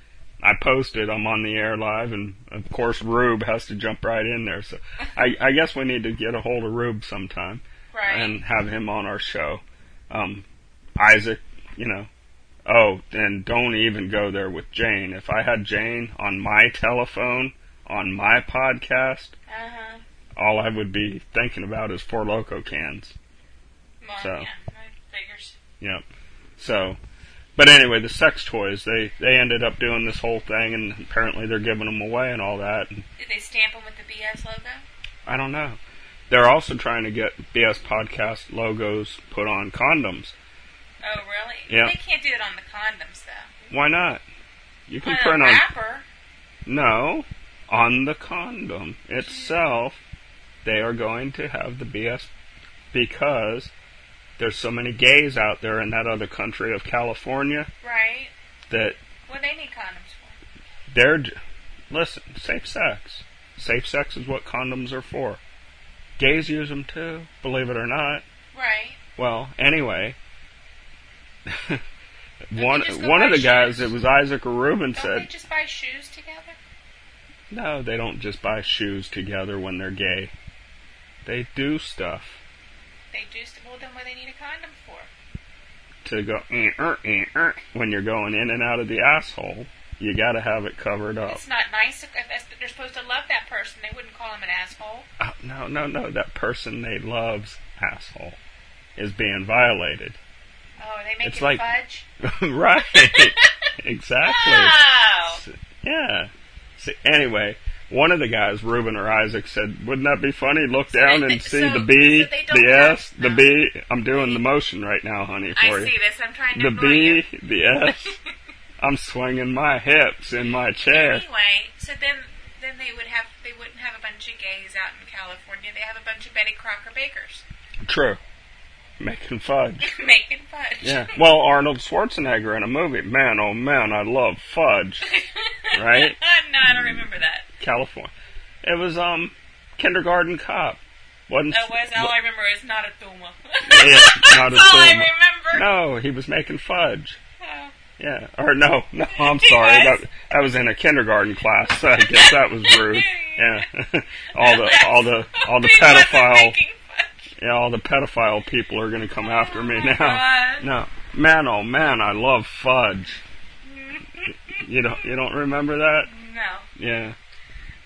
S3: I posted, I'm on the air live, and of course Rube has to jump right in there. So I, I guess we need to get a hold of Rube sometime
S4: Right.
S3: and have him on our show. Um, Isaac, you know. Oh, and don't even go there with Jane. If I had Jane on my telephone, on my podcast,
S4: uh huh.
S3: all I would be thinking about is Four Loco cans.
S4: Well,
S3: So.
S4: yeah. I figures.
S3: Yep. So, but anyway, the sex toys, they, they ended up doing this whole thing, and apparently they're giving them away and all that. And
S4: Did they stamp them with the BS logo?
S3: I don't know. They're also trying to get BS Podcast logos put on condoms.
S4: Oh, really?
S3: Yeah.
S4: They can't do it on the condoms though.
S3: Why not? You can
S4: On
S3: print
S4: a
S3: on.
S4: wrapper.
S3: No, on the condom itself, they are going to have the BS because there's so many gays out there in that other country of California
S4: Right.
S3: that
S4: What do they need condoms for?
S3: They're j- listen, safe sex. Safe sex is what condoms are for. Gays use them too, believe it or not.
S4: Right.
S3: Well, anyway, one
S4: just go
S3: one of
S4: buy
S3: the guys, it
S4: shoes?
S3: was Isaac or Reuben,
S4: Don't they
S3: said,
S4: just buy shoes together?
S3: no, they don't just buy shoes together when they're gay. They do stuff
S4: They do. St- well, then what do they need a condom for?
S3: to go eh, er, eh, er, when you're going in and out of the asshole. You got to have it covered up.
S4: It's not nice. If, if that's- they're supposed to love that person, they wouldn't call him an asshole.
S3: Oh, no, no, no. That person they love's asshole is being violated.
S4: Oh, they make
S3: It's
S4: it
S3: like-
S4: fudge.
S3: right. exactly.
S4: Oh,
S3: Yeah. See, anyway, one of the guys, Ruben or Isaac, said, "Wouldn't that be funny? Look down
S4: they-
S3: and see
S4: so-
S3: the B,
S4: so they don't
S3: the
S4: have-
S3: S, the
S4: no.
S3: B. I'm doing the motion right now, honey,
S4: I
S3: for
S4: see
S3: you.
S4: this. I'm trying to
S3: The
S4: annoy you.
S3: B, the S. I'm swinging my hips in my chair.
S4: Anyway, so then then they would have they wouldn't have a bunch of gays out in California. They have a bunch of Betty Crocker bakers
S3: True. Making fudge.
S4: making fudge.
S3: Yeah. Well, Arnold Schwarzenegger in a movie. Man, oh man, I love fudge. Right?
S4: no, I don't remember that.
S3: California. It was um, Kindergarten Cop. Wasn't
S4: That was all I remember is not a Thuma.
S3: Yeah, not a
S4: That's all I
S3: Thuma.
S4: remember.
S3: No, he was making fudge.
S4: Oh.
S3: Yeah. Or no, no. I'm
S4: He
S3: sorry.
S4: was?
S3: That, that was in a kindergarten class. So I guess that was rude. Yeah. all the all the all the
S4: He wasn't
S3: pedophile
S4: making fudge.
S3: yeah, all the pedophile people are gonna come after me
S4: Oh, my
S3: now.
S4: God.
S3: No, man, oh man, I love fudge. You don't you don't remember that?
S4: No,
S3: Yeah.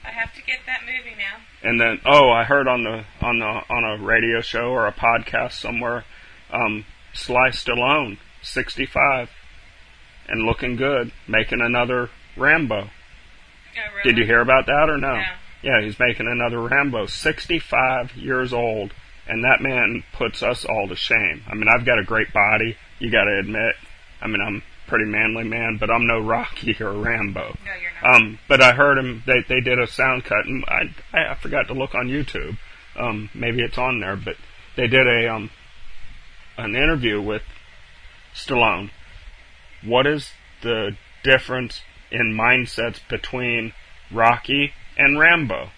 S4: I have to get that movie now.
S3: and then oh i heard on the on the on a radio show or a podcast somewhere um sly stallone 65 and looking good making another rambo
S4: Oh, really?
S3: did you hear about that or no
S4: No.
S3: yeah he's making another rambo 65 years old and that man puts us all to shame i mean i've got a great body you got to admit i mean i'm a pretty manly man but i'm no rocky or rambo
S4: No, you're not.
S3: um, but I heard him. They they did a sound cut, and I I I forgot to look on YouTube. Um, maybe it's on there, but they did a um an interview with Stallone. What is the difference in mindsets between Rocky and Rambo?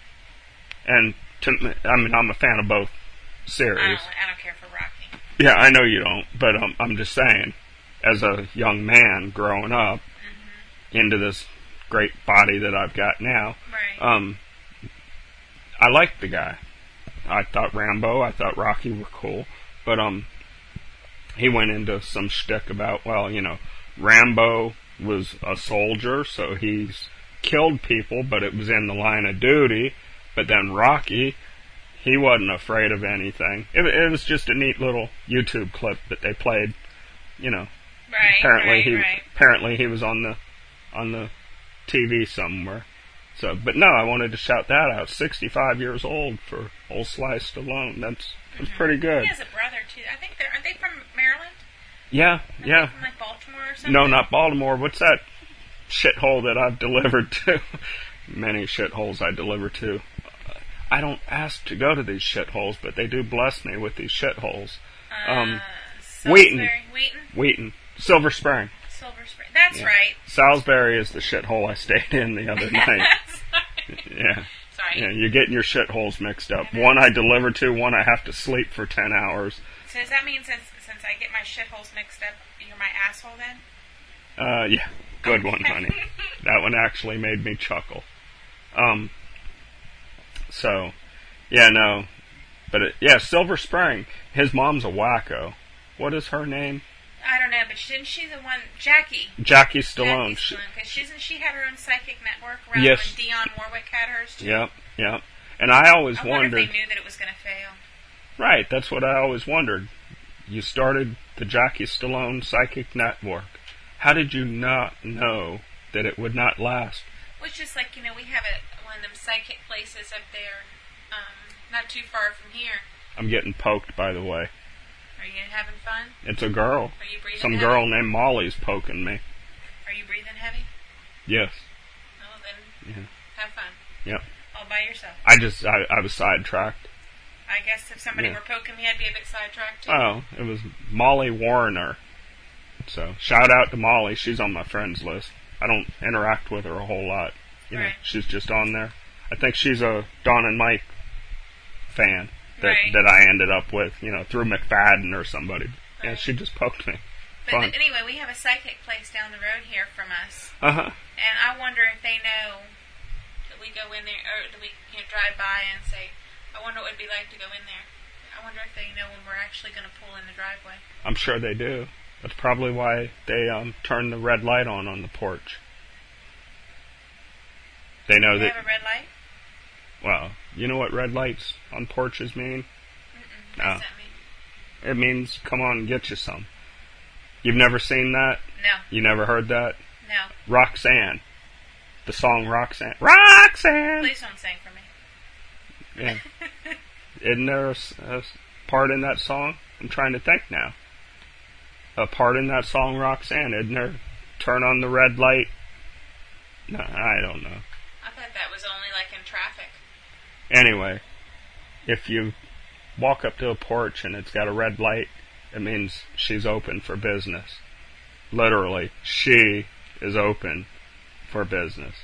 S3: And to, me- I mean, I'm a fan of both
S4: I
S3: series.
S4: don't, Oh, I don't care for Rocky.
S3: Yeah, I know you don't, but um, I'm just saying, as a young man growing up into this great body that I've got now,
S4: Right.
S3: um, I liked the guy. I thought Rambo, I thought Rocky were cool, but um, he went into some shtick about well, you know, Rambo was a soldier, so he's killed people, but it was in the line of duty. But then Rocky, he wasn't afraid of anything. It, it was just a neat little YouTube clip that they played. You know,
S4: Right.
S3: apparently
S4: right,
S3: he
S4: right.
S3: apparently he was on the on the TV somewhere. So, but no, I wanted to shout that out. 65 years old for old Sly Stallone. That's that's pretty good.
S4: Mm-hmm. He has a brother too. I think they're aren't they from Maryland?
S3: Yeah, yeah.
S4: From like Baltimore or something.
S3: No, not Baltimore. What's that shithole that I've delivered to? Many shitholes I deliver to. I don't ask to go to these shitholes, but they do bless me with these shitholes.
S4: Uh.
S3: Um, Wheaton.
S4: Salisbury, Wheaton,
S3: Wheaton, Silver Spring.
S4: Silver Spring. That's
S3: Yeah.
S4: right.
S3: Salisbury is the shithole I stayed in the other night.
S4: Sorry.
S3: Yeah.
S4: Sorry.
S3: Yeah, you're getting your shitholes mixed up. One I deliver to, one I have to sleep for 10 hours.
S4: So does that mean since since I get my shitholes mixed up, you're my asshole then?
S3: Uh, yeah, good one, honey. That one actually made me chuckle. Um, so, yeah, no. But, it, yeah, Silver Spring. His mom's a wacko. What is her name?
S4: I don't know, but didn't she the one Jackie?
S3: Jackie Stallone.
S4: Jackie's
S3: She-
S4: one, because she's she had her own psychic network around
S3: Yes.
S4: when Dionne Warwick had hers too.
S3: Yep, yep. And I always
S4: I wonder
S3: wondered.
S4: if they knew that it was going to fail.
S3: Right, that's what I always wondered. You started the Jackie Stallone Psychic Network. How did you not know that it would not last?
S4: Which is like you know we have a, one of them psychic places up there, um, not too far from here.
S3: I'm getting poked, by the way.
S4: Are you having fun?
S3: It's a girl.
S4: Are you breathing?
S3: Some
S4: heavy?
S3: girl named Molly's poking me.
S4: Are you breathing heavy?
S3: Yes.
S4: Well then,
S3: Yeah.
S4: have fun.
S3: Yep.
S4: All by yourself.
S3: I just, I, I was sidetracked.
S4: I guess if somebody
S3: Yeah.
S4: were poking me, I'd be a bit sidetracked too.
S3: Oh, it was Molly Warner. So, shout out to Molly. She's on my friends list. I don't interact with her a whole lot. You know,
S4: Right.
S3: she's just on there. I think she's a Don and Mike fan that
S4: Right.
S3: that I ended up with, you know, through McFadden or somebody. Yeah,
S4: Right.
S3: she just poked me.
S4: but
S3: fun.
S4: anyway, we have a psychic place down the road here from us.
S3: Uh huh.
S4: And I wonder if they know that we go in there, or that we you know, drive by and say, I wonder what it would be like to go in there. I wonder if they know when we're actually going to pull in the driveway.
S3: I'm sure they do. That's probably why they um turn the red light on on the porch. They know
S4: Do
S3: that
S4: they have a red light?
S3: Well, you know what red lights on porches mean?
S4: Mm-mm.
S3: No.
S4: What's that mean?
S3: It means come on and get you some. You've never seen that?
S4: No,
S3: You never heard that?
S4: no.
S3: Roxanne. The song Roxanne. Roxanne!
S4: Please don't sing for me.
S3: Yeah. Isn't there a, s- a s- part in that song? I'm trying to think now. A part in that song Roxanne, isn't there? Turn on the red light. No, I don't know.
S4: I thought that was only like in traffic.
S3: Anyway, if you walk up to a porch and it's got a red light, it means she's open for business. Literally, she is open for business.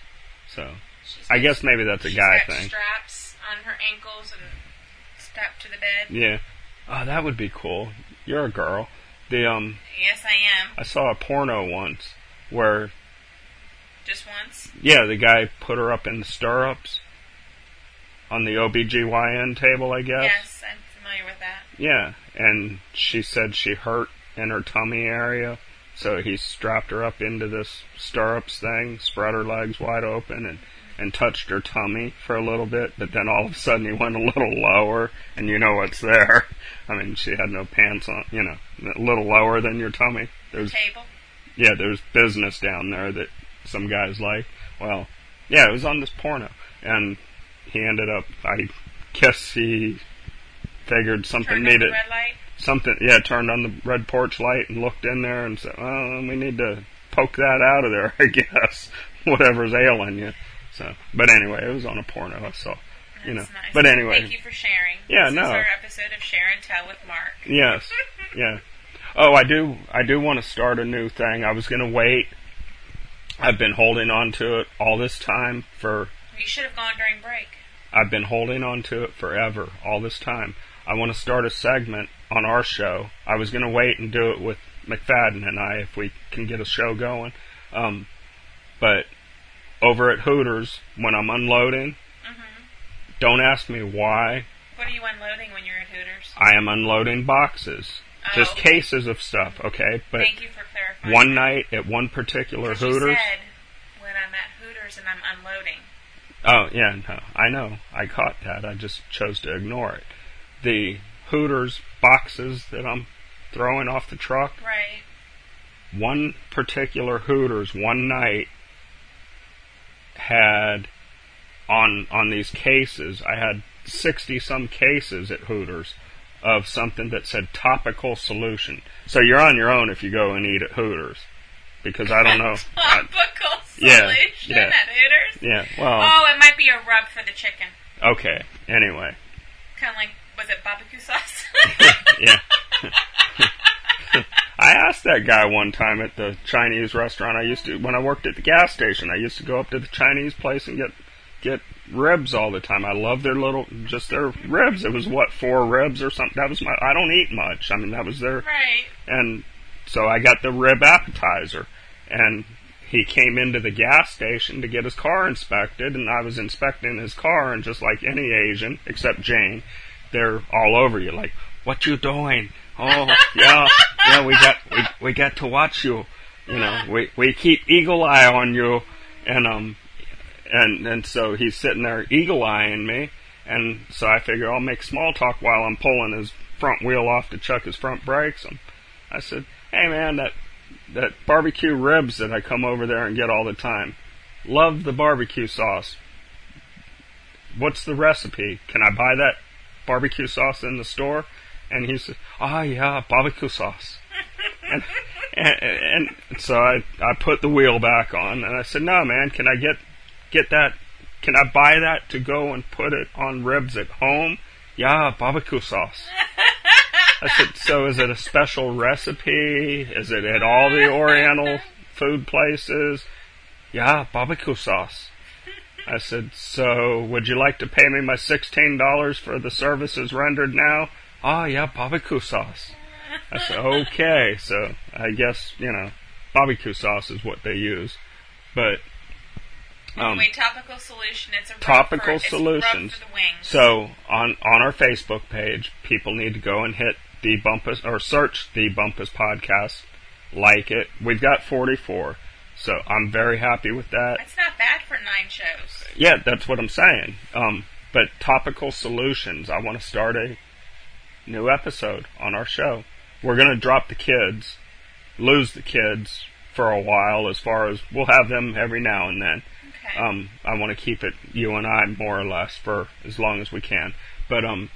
S3: So,
S4: She's
S3: I
S4: got-
S3: guess maybe that's a
S4: she's
S3: guy
S4: got
S3: thing.
S4: straps on her ankles and strapped to the bed.
S3: Yeah. Oh, that would be cool. You're a girl. The um,
S4: Yes, I am.
S3: I saw a porno once where
S4: Just once.
S3: yeah, the guy put her up in the stirrups on the OBGYN table, I guess.
S4: Yes, I'm familiar with that.
S3: Yeah, and she said she hurt in her tummy area, so he strapped her up into this stirrups thing, spread her legs wide open, and and touched her tummy for a little bit. But then all of a sudden he went a little lower, and you know what's there. I mean, she had no pants on. You know, a little lower than your tummy. There's
S4: Table.
S3: yeah, there's business down there that some guys like. Well, yeah, it was on this porno, and he ended up. I guess he figured something
S4: Turned on
S3: needed
S4: the red light.
S3: something. Yeah, turned on the red porch light and looked in there and said, "Well, we need to poke that out of there, I guess. Whatever's ailing you." So, but anyway, it was on a porno I saw. You know,
S4: That's nice.
S3: but anyway,
S4: Thank you for sharing.
S3: Yeah,
S4: this
S3: no.
S4: Is our episode of Share and Tell with Mark.
S3: Yes. Yeah. Oh, I do. I do want to start a new thing. I was gonna wait. I've been holding on to it all this time for.
S4: You should have gone during break.
S3: I've been holding on to it forever. All this time. I want to start a segment on our show. I was gonna wait and do it with McFadden and I if we can get a show going. Um, but over at Hooters when I'm unloading,
S4: Mm-hmm.
S3: don't ask me why.
S4: What are you unloading when you're at Hooters?
S3: I am unloading boxes. Just
S4: Oh.
S3: cases of stuff, okay? But
S4: Thank you for clarifying.
S3: one night at one particular
S4: Because
S3: Hooters.
S4: You said when I'm at Hooters and I'm unloading.
S3: Oh, yeah, no. I know. I caught that. I just chose to ignore it. The Hooters boxes that I'm throwing off the truck,
S4: Right.
S3: one particular Hooters one night had on on these cases. I had 60 some cases at Hooters of something that said topical solution. So you're on your own if you go and eat at Hooters because I don't know. I-
S4: Topical
S3: Oh, yeah,
S4: solution
S3: yeah.
S4: at Hooters.
S3: yeah, well,
S4: Oh, it might be a rub for the chicken.
S3: okay. Anyway,
S4: Kind of like, was it barbecue sauce?
S3: yeah. I asked that guy one time at the Chinese restaurant I used to when I worked at the gas station. I used to go up to the Chinese place and get get ribs all the time. I love their little just their ribs. It was what four ribs or something. That was my I don't eat much. I mean that was their
S4: right.
S3: and so I got the rib appetizer. And he came into the gas station to get his car inspected, and I was inspecting his car, and just like any Asian, except Jane, they're all over you, like, "What you doing? Oh, yeah, yeah, we got we we got to watch you, you know, we we keep eagle eye on you." And um, and and so he's sitting there eagle eyeing me, and so I figure I'll make small talk while I'm pulling his front wheel off to check his front brakes. And I said, "Hey man, that that barbecue ribs that I come over there and get all the time, love the barbecue sauce. What's the recipe? Can I buy that barbecue sauce in the store?" And he said, "Ah, yeah, barbecue sauce." and, and and so I I put the wheel back on and I said, "No, man, can I get get that? Can I buy that to go and put it on ribs at home? Yeah, barbecue sauce." I said, "So is it a special recipe? Is it at all the Oriental food places?" Yeah, barbecue sauce. I said, "So would you like to pay me my sixteen dollars for the services rendered now?" Ah, yeah, barbecue sauce. I said, okay, so I guess, you know, barbecue sauce is what they use. But, um,
S4: Wait, topical solution. It's a rub for,
S3: topical
S4: it's a
S3: solutions.
S4: Rub for the wings.
S3: So on, on our Facebook page, people need to go and hit the Bumpus, or search the Bumpus podcast, like it. We've got 44, so I'm very happy with that.
S4: That's not bad for nine shows.
S3: Yeah, that's what I'm saying. Um, but topical solutions. I want to start a new episode on our show. We're going to drop the kids, lose the kids for a while, as far as we'll have them every now and then.
S4: Okay.
S3: Um, I want to keep it you and I more or less for as long as we can. But um,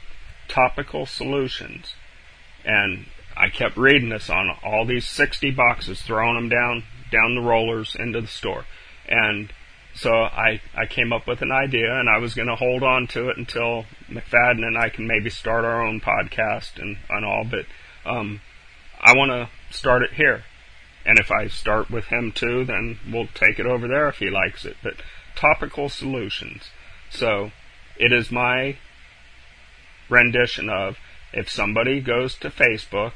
S3: topical solutions. And I kept reading this on all these 60 boxes, throwing them down down the rollers into the store. And so I I came up with an idea, and I was going to hold on to it until McFadden and I can maybe start our own podcast and and all. But um, I want to start it here. And if I start with him too, then we'll take it over there if he likes it. But topical solutions. So it is my rendition of if somebody goes to Facebook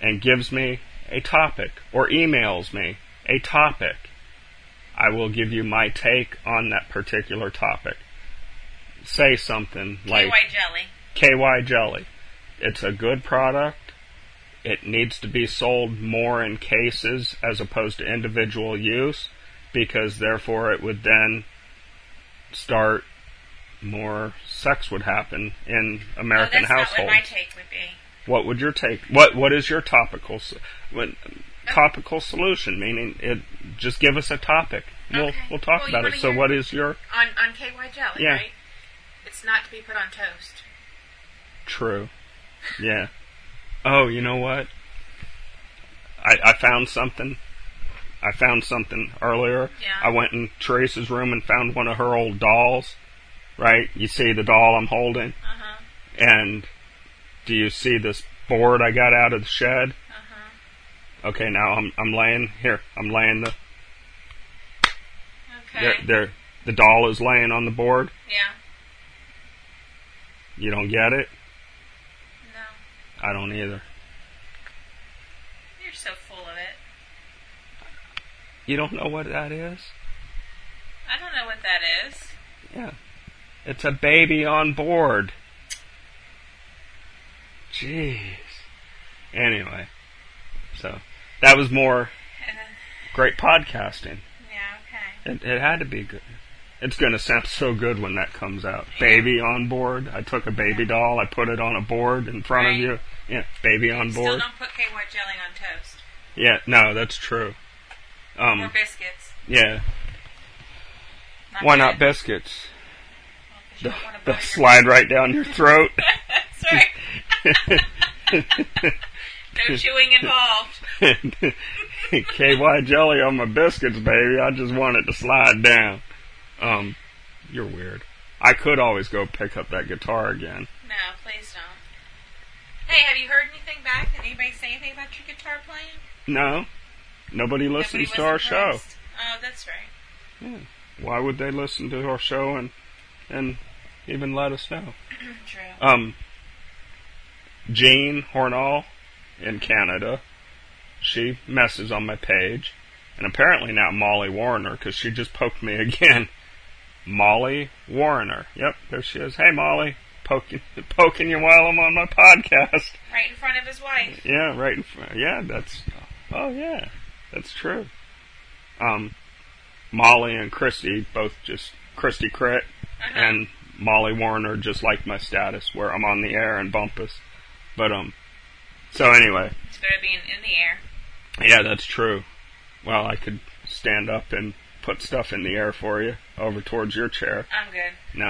S3: and gives me a topic or emails me a topic, I will give you my take on that particular topic. Say something like
S4: KY jelly.
S3: KY Jelly. It's a good product. It needs to be sold more in cases as opposed to individual use because therefore it would then start more sex would happen in
S4: Oh,
S3: American
S4: that's not what
S3: households.
S4: my take would be.
S3: what would your take? What what is your topical s- when, topical solution? Meaning, it just give us a topic. We'll
S4: Okay.
S3: we'll talk
S4: Well, you
S3: about it.
S4: wanna
S3: So,
S4: hear-
S3: what is your
S4: On on KY jelly,
S3: Yeah.
S4: right? It's not to be put on toast.
S3: True. Yeah. Oh, you know what? I, I found something. I found something earlier.
S4: Yeah.
S3: I went in Teresa's room and found one of her old dolls. Right? You see the doll I'm holding?
S4: Uh-huh.
S3: And do you see this board I got out of the shed?
S4: Uh-huh.
S3: Okay, now I'm I'm laying here. I'm laying the there
S4: Okay.
S3: there the doll is laying on the board.
S4: yeah.
S3: You don't get it?
S4: No.
S3: I don't either.
S4: You're so full of it.
S3: You don't know what that is?
S4: I don't know what that is.
S3: Yeah. It's a baby on board. Jeez. Anyway. So that was more
S4: Uh,
S3: great podcasting.
S4: yeah. Okay.
S3: It, it had to be good. It's gonna sound so good when that comes out. Baby on board. I took a baby doll. I put it on a board in front of
S4: Right.
S3: you. Yeah, baby on
S4: Still
S3: board.
S4: don't put K White jelly on toast
S3: Yeah, no, that's true.
S4: or
S3: Um,
S4: biscuits.
S3: yeah. Why not
S4: good.
S3: biscuits?
S4: Well, 'cause you
S3: They'll,
S4: don't wanna
S3: they'll
S4: burn it.
S3: slide right down your throat.
S4: That's right. no chewing involved.
S3: KY jelly on my biscuits, baby. I just want it to slide down. Um, you're weird. I could always go pick up that guitar again.
S4: No, please don't. Hey, have you heard anything back? Did anybody say anything about your guitar playing?
S3: No, nobody listens
S4: Nobody
S3: to our
S4: was
S3: show.
S4: impressed. Oh, that's right.
S3: Why would they listen to our show and and even let us know?
S4: True.
S3: Um, Jean Hornall in Canada. She messes on my page. And apparently now Molly Warner, because she just poked me again. Molly Warner. Yep, there she is. Hey, Molly. Poking, poking you while I'm on my podcast.
S4: Right in front of his wife.
S3: Yeah, right in front. Yeah, that's. Oh, yeah. That's true. Um, Molly and Christy both just. Christy Crit
S4: Uh-huh.
S3: and Molly Warner just like my status where I'm on the air and bumpus. But um so anyway,
S4: it's better being in the air.
S3: yeah, that's true. Well, I could stand up and put stuff in the air for you over towards your chair.
S4: I'm good.
S3: No.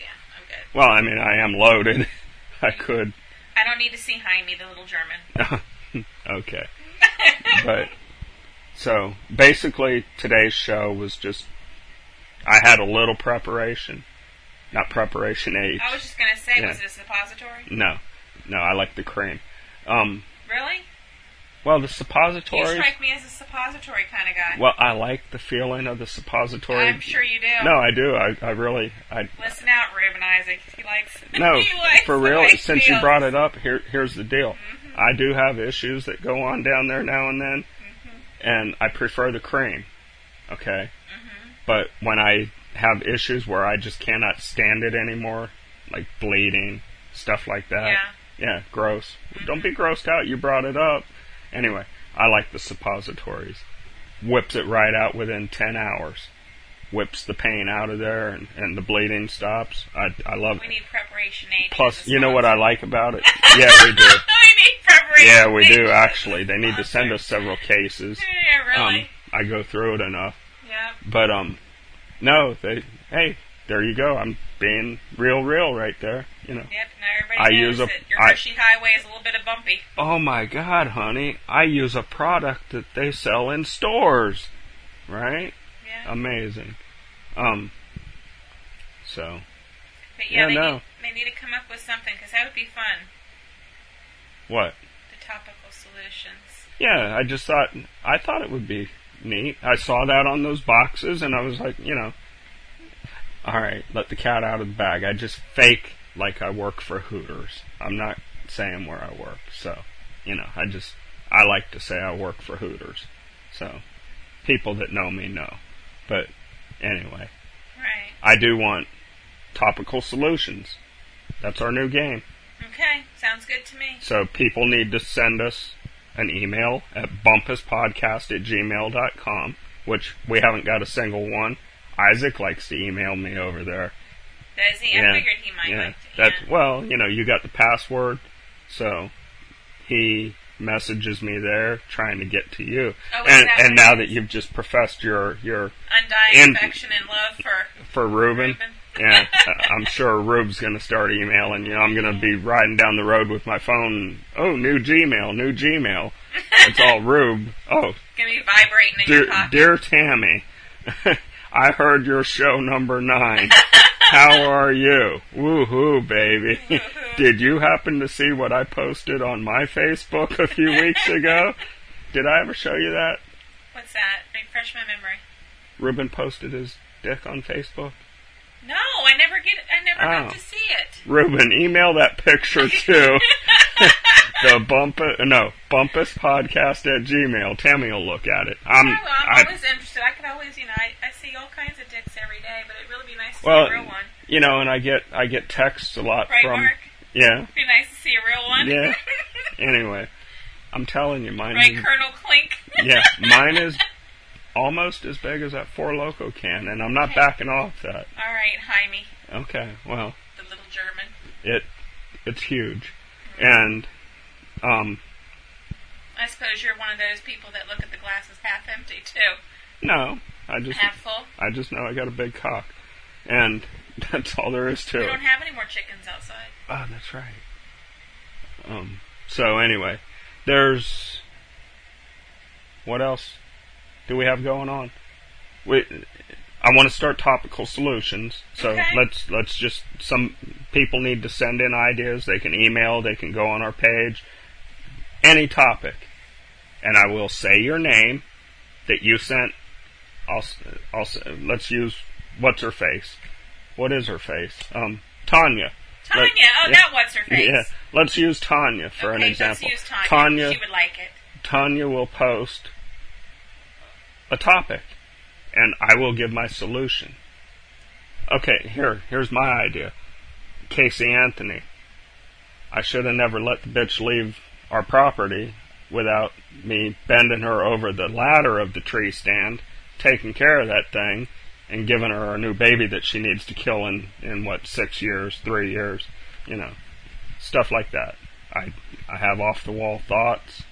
S4: Yeah, I'm good.
S3: Well, I mean, I am loaded. I could.
S4: I don't need to see Jaime, the little German.
S3: okay. But so basically today's show was just I had a little preparation. Not preparation age.
S4: I was just gonna say,
S3: Yeah.
S4: was it a suppository?
S3: No, no, I like the cream. Um,
S4: Really?
S3: well, the
S4: You
S3: suppositories.
S4: strike me as a suppository kind of guy.
S3: Well, I like the feeling of the suppository.
S4: I'm sure you do.
S3: No, I do. I, I really, I
S4: Listen out, Reuben Isaac. He likes.
S3: no
S4: he likes
S3: for
S4: the Mm-hmm.
S3: real.
S4: way it
S3: Since you
S4: feels.
S3: brought it up, here, here's the deal. I do have issues that go on down there now and then,
S4: Mm-hmm.
S3: and I prefer the cream. Okay,
S4: Mm-hmm.
S3: but when I have issues where I just cannot stand it anymore, like bleeding, stuff like that.
S4: Yeah. Mm-hmm.
S3: Yeah, gross. Don't be grossed out. You brought it up. Anyway, I like the suppositories. Whips it right out within 10 hours. Whips the pain out of there and, and the bleeding stops. I, I love
S4: We
S3: it.
S4: need preparation aid.
S3: Plus, you know what I like about it? Yeah, we do.
S4: we need preparation.
S3: Yeah, we do,
S4: aid.
S3: actually. They need to send us several cases.
S4: Yeah,
S3: Um,
S4: really.
S3: I go through it enough.
S4: yeah.
S3: But, um, no, they, hey, there you go. I'm being real, real right there, you know.
S4: Yep. Now everybody
S3: I
S4: knows
S3: use a-
S4: that your
S3: I-
S4: Hershey Highway is a little bit of bumpy.
S3: oh my god, honey, I use a product that they sell in stores. Right?
S4: Yeah.
S3: Amazing. Um, so,
S4: but yeah,
S3: yeah,
S4: they,
S3: no.
S4: need, they need to come up with something because that would be fun.
S3: what?
S4: The topical solutions.
S3: Yeah, I just thought, I thought it would be neat. I saw that on those boxes and I was like, you know, alright, let the cat out of the bag. I just fake like I work for Hooters. I'm not saying where I work, so, you know, I just, I like to say I work for Hooters. So, people that know me know. But, anyway.
S4: Right.
S3: I do want topical solutions. That's our new game.
S4: Okay. Sounds good to me.
S3: So people need to send us an email at bumpuspodcast at gmail.com, which we haven't got a single one. Isaac likes to email me over there.
S4: Does he? I figured he might.
S3: yeah.
S4: Like to,
S3: That's,
S4: yeah.
S3: Well, you know, you got the password, so he messages me there trying to get to you.
S4: Oh, is
S3: and and
S4: that what it
S3: now
S4: is?
S3: that you've just professed your, your
S4: Undying
S3: and-
S4: affection and love for.
S3: for Ruben.
S4: Reuben.
S3: Yeah, I- I'm sure Rube's going to start emailing you. I'm going to be riding down the road with my phone. Oh, new Gmail, new Gmail. It's all Rube. Oh,
S4: Gonna be vibrating in your
S3: dear,
S4: pocket.
S3: dear Tammy, I heard your show number nine. How are you? Woohoo, baby. Did you happen to see what I posted on my Facebook a few weeks ago? Did I ever show you that?
S4: What's that? Refresh my memory.
S3: Ruben posted his dick on Facebook.
S4: No, I never get. I never
S3: Oh.
S4: got to see it.
S3: Ruben, email that picture to the bumpus no bumpus podcast at gmail. Tammy will look at it. I'm,
S4: Oh, well, I'm
S3: Hmm. I-
S4: always interested. I could always, you know, I, I see all kinds of dicks every day, but it'd really be nice to
S3: well,
S4: see a real one.
S3: you know, and I get I get texts a lot
S4: Right,
S3: from
S4: Mark?
S3: yeah
S4: It'd be nice to see a real one.
S3: yeah. anyway, I'm telling you, mine
S4: right,
S3: is
S4: Colonel Clink.
S3: yeah, mine is almost as big as that Four Loco can, and I'm not backing off that.
S4: All right, Jaime,
S3: Okay, well,
S4: the little German.
S3: it it's huge, and um,
S4: I suppose you're one of those people that look at the glasses half empty too,
S3: no, I just
S4: half full.
S3: I just know I got a big cock, and that's all there is to
S4: We
S3: it.
S4: don't have any more chickens outside.
S3: Oh, that's right. Um. So anyway, there's what else do we have going on? We I want to start topical solutions. So
S4: Okay.
S3: let's let's just some people need to send in ideas. They can email. They can go on our page. Any topic, and I will say your name that you sent. I'll, s- I'll s- let's use what's her face. What is her face? Um, Tanya.
S4: Tanya,
S3: Let-
S4: oh,
S3: yeah.
S4: that what's her face?
S3: Yeah, let's use Tanya for
S4: okay,
S3: an example.
S4: Let's use Tanya.
S3: Tanya,
S4: She would like it.
S3: Tanya will post a topic, and I will give my solution. Okay, here, here's my idea. Casey Anthony. I should have never let the bitch leave our property without me bending her over the ladder of the tree stand, taking care of that thing, and giving her a new baby that she needs to kill in, in what, six years, three years, you know, stuff like that. I, I have off the wall thoughts,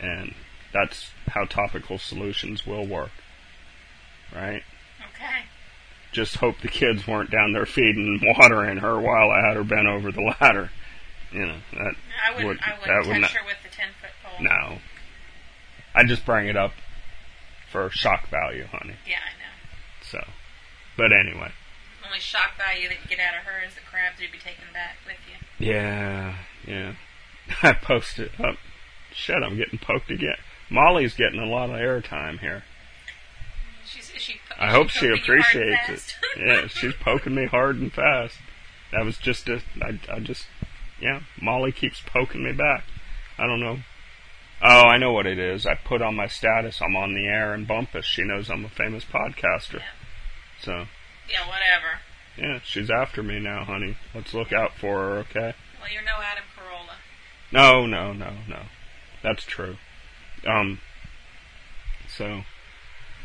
S3: and that's how topical solutions will work. Right?
S4: Okay.
S3: Just hope the kids weren't down there feeding and watering her while I had her bent over the ladder. You know, that
S4: I wouldn't.
S3: would,
S4: I
S3: that
S4: wouldn't
S3: would
S4: touch
S3: not,
S4: her with the ten foot pole.
S3: no. I just bring it up for shock value, honey.
S4: Yeah, I know.
S3: So, but anyway.
S4: Only shock value that you get out of her is the crabs you'd be taking back with you.
S3: Yeah, yeah. I posted up. Shit, I'm getting poked again. Molly's getting a lot of airtime here.
S4: She's, is she,
S3: I
S4: is
S3: hope she
S4: poking you hard and
S3: appreciates it.
S4: fast?
S3: yeah, she's poking me hard and fast. That was just a, I, I just, yeah, Molly keeps poking me back. I don't know. Oh, I know what it is. I put on my status, I'm on the air, and Bumpus, she knows I'm a famous podcaster.
S4: Yeah.
S3: So,
S4: yeah, whatever.
S3: yeah, she's after me now, honey. Let's look out for her, okay?
S4: Well, you're no Adam Carolla.
S3: No, no, no, no. That's true. Um, so,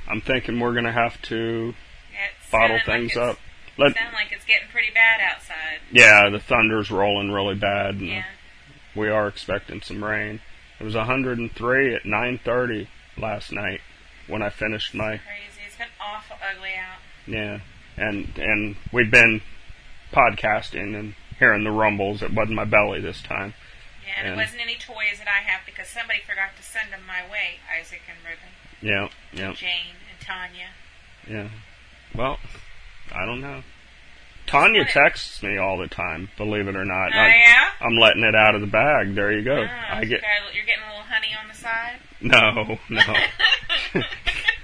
S3: I'm thinking we're gonna have to
S4: It
S3: bottle
S4: sounded like
S3: things
S4: it's-
S3: up. Let,
S4: Sound like it's getting pretty bad outside.
S3: Yeah, the thunder's rolling really bad, and
S4: Yeah.
S3: we are expecting some rain. It was 103 at 9:30 last night when I finished my
S4: Crazy. It's been awful ugly out.
S3: yeah, and and we've been podcasting and hearing the rumbles. It wasn't my belly this time.
S4: Yeah, and
S3: Yeah.
S4: it wasn't any toys that I have because somebody forgot to send them my way, Isaac and Ruben,
S3: Yeah, yeah,
S4: Jane and Tanya.
S3: yeah. Well, I don't know. Tanya
S4: What?
S3: texts me all the time. Believe it or not,
S4: Oh, yeah?
S3: I'm letting it out of the bag. There you go.
S4: Ah,
S3: Oh, I
S4: you
S3: get
S4: got a- you're getting a little honey on the side.
S3: No, no.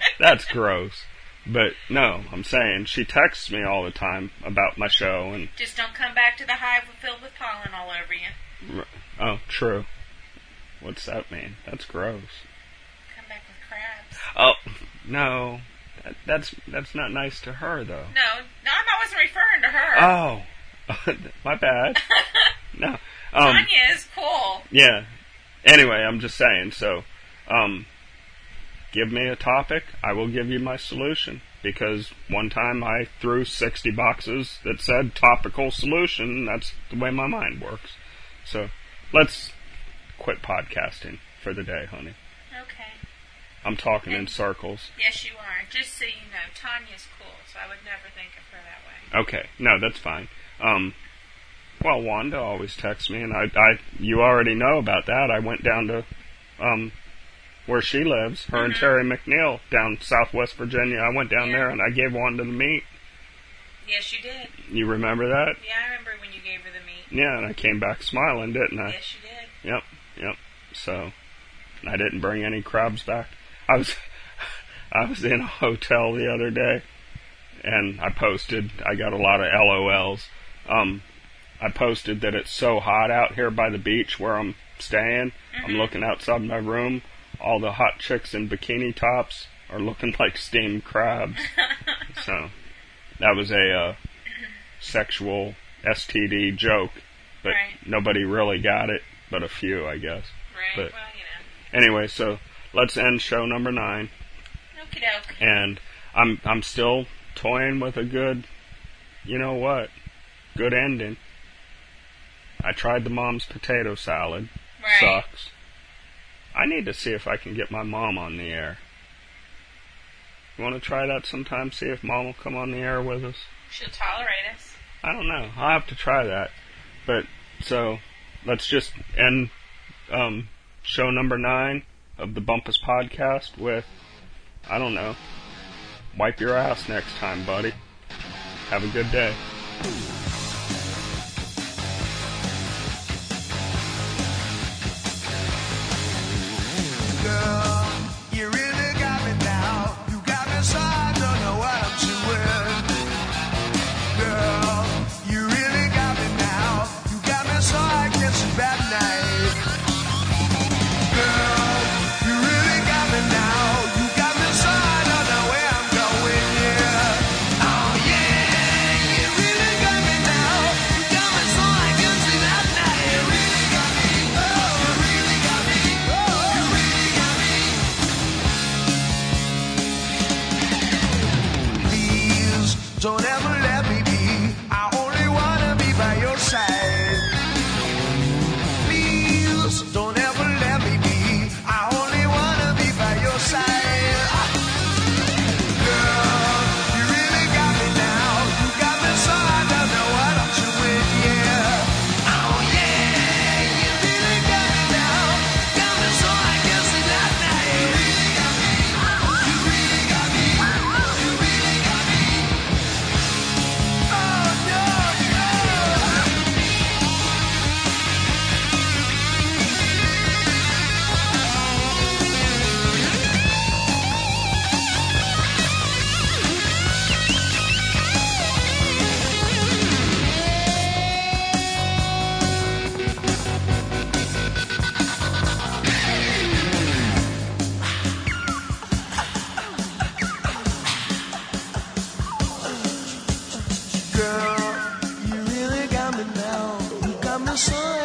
S3: That's gross. But no, I'm saying she texts me all the time about my show and
S4: Just don't come back to the hive with- filled with pollen all over you.
S3: oh, true. What's that mean? That's gross.
S4: Come back with crabs.
S3: Oh, no. That, that's that's not nice to her though.
S4: No, no, I wasn't referring to her.
S3: Oh. my bad. No. Um
S4: Tanya is cool.
S3: yeah. Anyway, I'm just saying, so um give me a topic, I will give you my solution. Because one time I threw 60 boxes that said topical solution. and That's the way my mind works. So let's quit podcasting for the day, honey.
S4: Okay.
S3: I'm talking in circles.
S4: Yes, you are. Just so you know, Tanya's cool, so I would never think of her that way.
S3: Okay, no, that's fine. Um, well, Wanda always texts me, and I, I, you already know about that. I went down to, um, where she lives, her and Terry McNeil down Southwest Virginia. I went down
S4: Yeah.
S3: there and I gave Wanda the meat.
S4: Yes, you did.
S3: You remember that?
S4: Yeah, I remember when you gave her the meat.
S3: Yeah, and I came back smiling, didn't I?
S4: Yes, you did.
S3: Yep, yep. So, I didn't bring any crabs back. I was, I was in a hotel the other day, and I posted. I got a lot of LOLs. Um, I posted that it's so hot out here by the beach where I'm staying. I'm looking outside my room. All the hot chicks in bikini tops are looking like steamed crabs. so, that was a uh, sexual STD joke, but
S4: Right.
S3: nobody really got it, but a few, I guess.
S4: Right.
S3: But-
S4: well, you know.
S3: Anyway, so let's end show number nine.
S4: Okie doke.
S3: and I'm I'm still toying with a good, you know what, good ending. I tried the mom's potato salad.
S4: Right.
S3: Sucks. I need to see if I can get my mom on the air. You want to try that sometime? See if mom will come on the air with us.
S4: She'll tolerate us.
S3: I don't know. I'll have to try that. But so let's just end um, show number nine of the Bumpus podcast with I don't know. Wipe your ass next time, buddy. Have a good day.
S7: Girl, you really got me now. You got me so I don't know what I'm doing. Girl, you really got me now. You got me so I get some bad night. Girl, you really got me now. You got me so I don't know where I'm going. Yeah. Oh yeah, you really got me now. You got me so I can see that night. You really got me. Oh, you really got me. Oh, you really got me. please don't ever let me be. I only wanna be by your side. Please don't ever let me be. I only wanna be by your side. Ah. Girl, you really got me now. You got me so I don't know what I'm doing. Yeah. Oh yeah. You really got me now. Got me so I can see that night. You really got me. You really got me. You really got me. Oh no, no. Girl, you really got me now. You got me so I Oh, Oh, oh,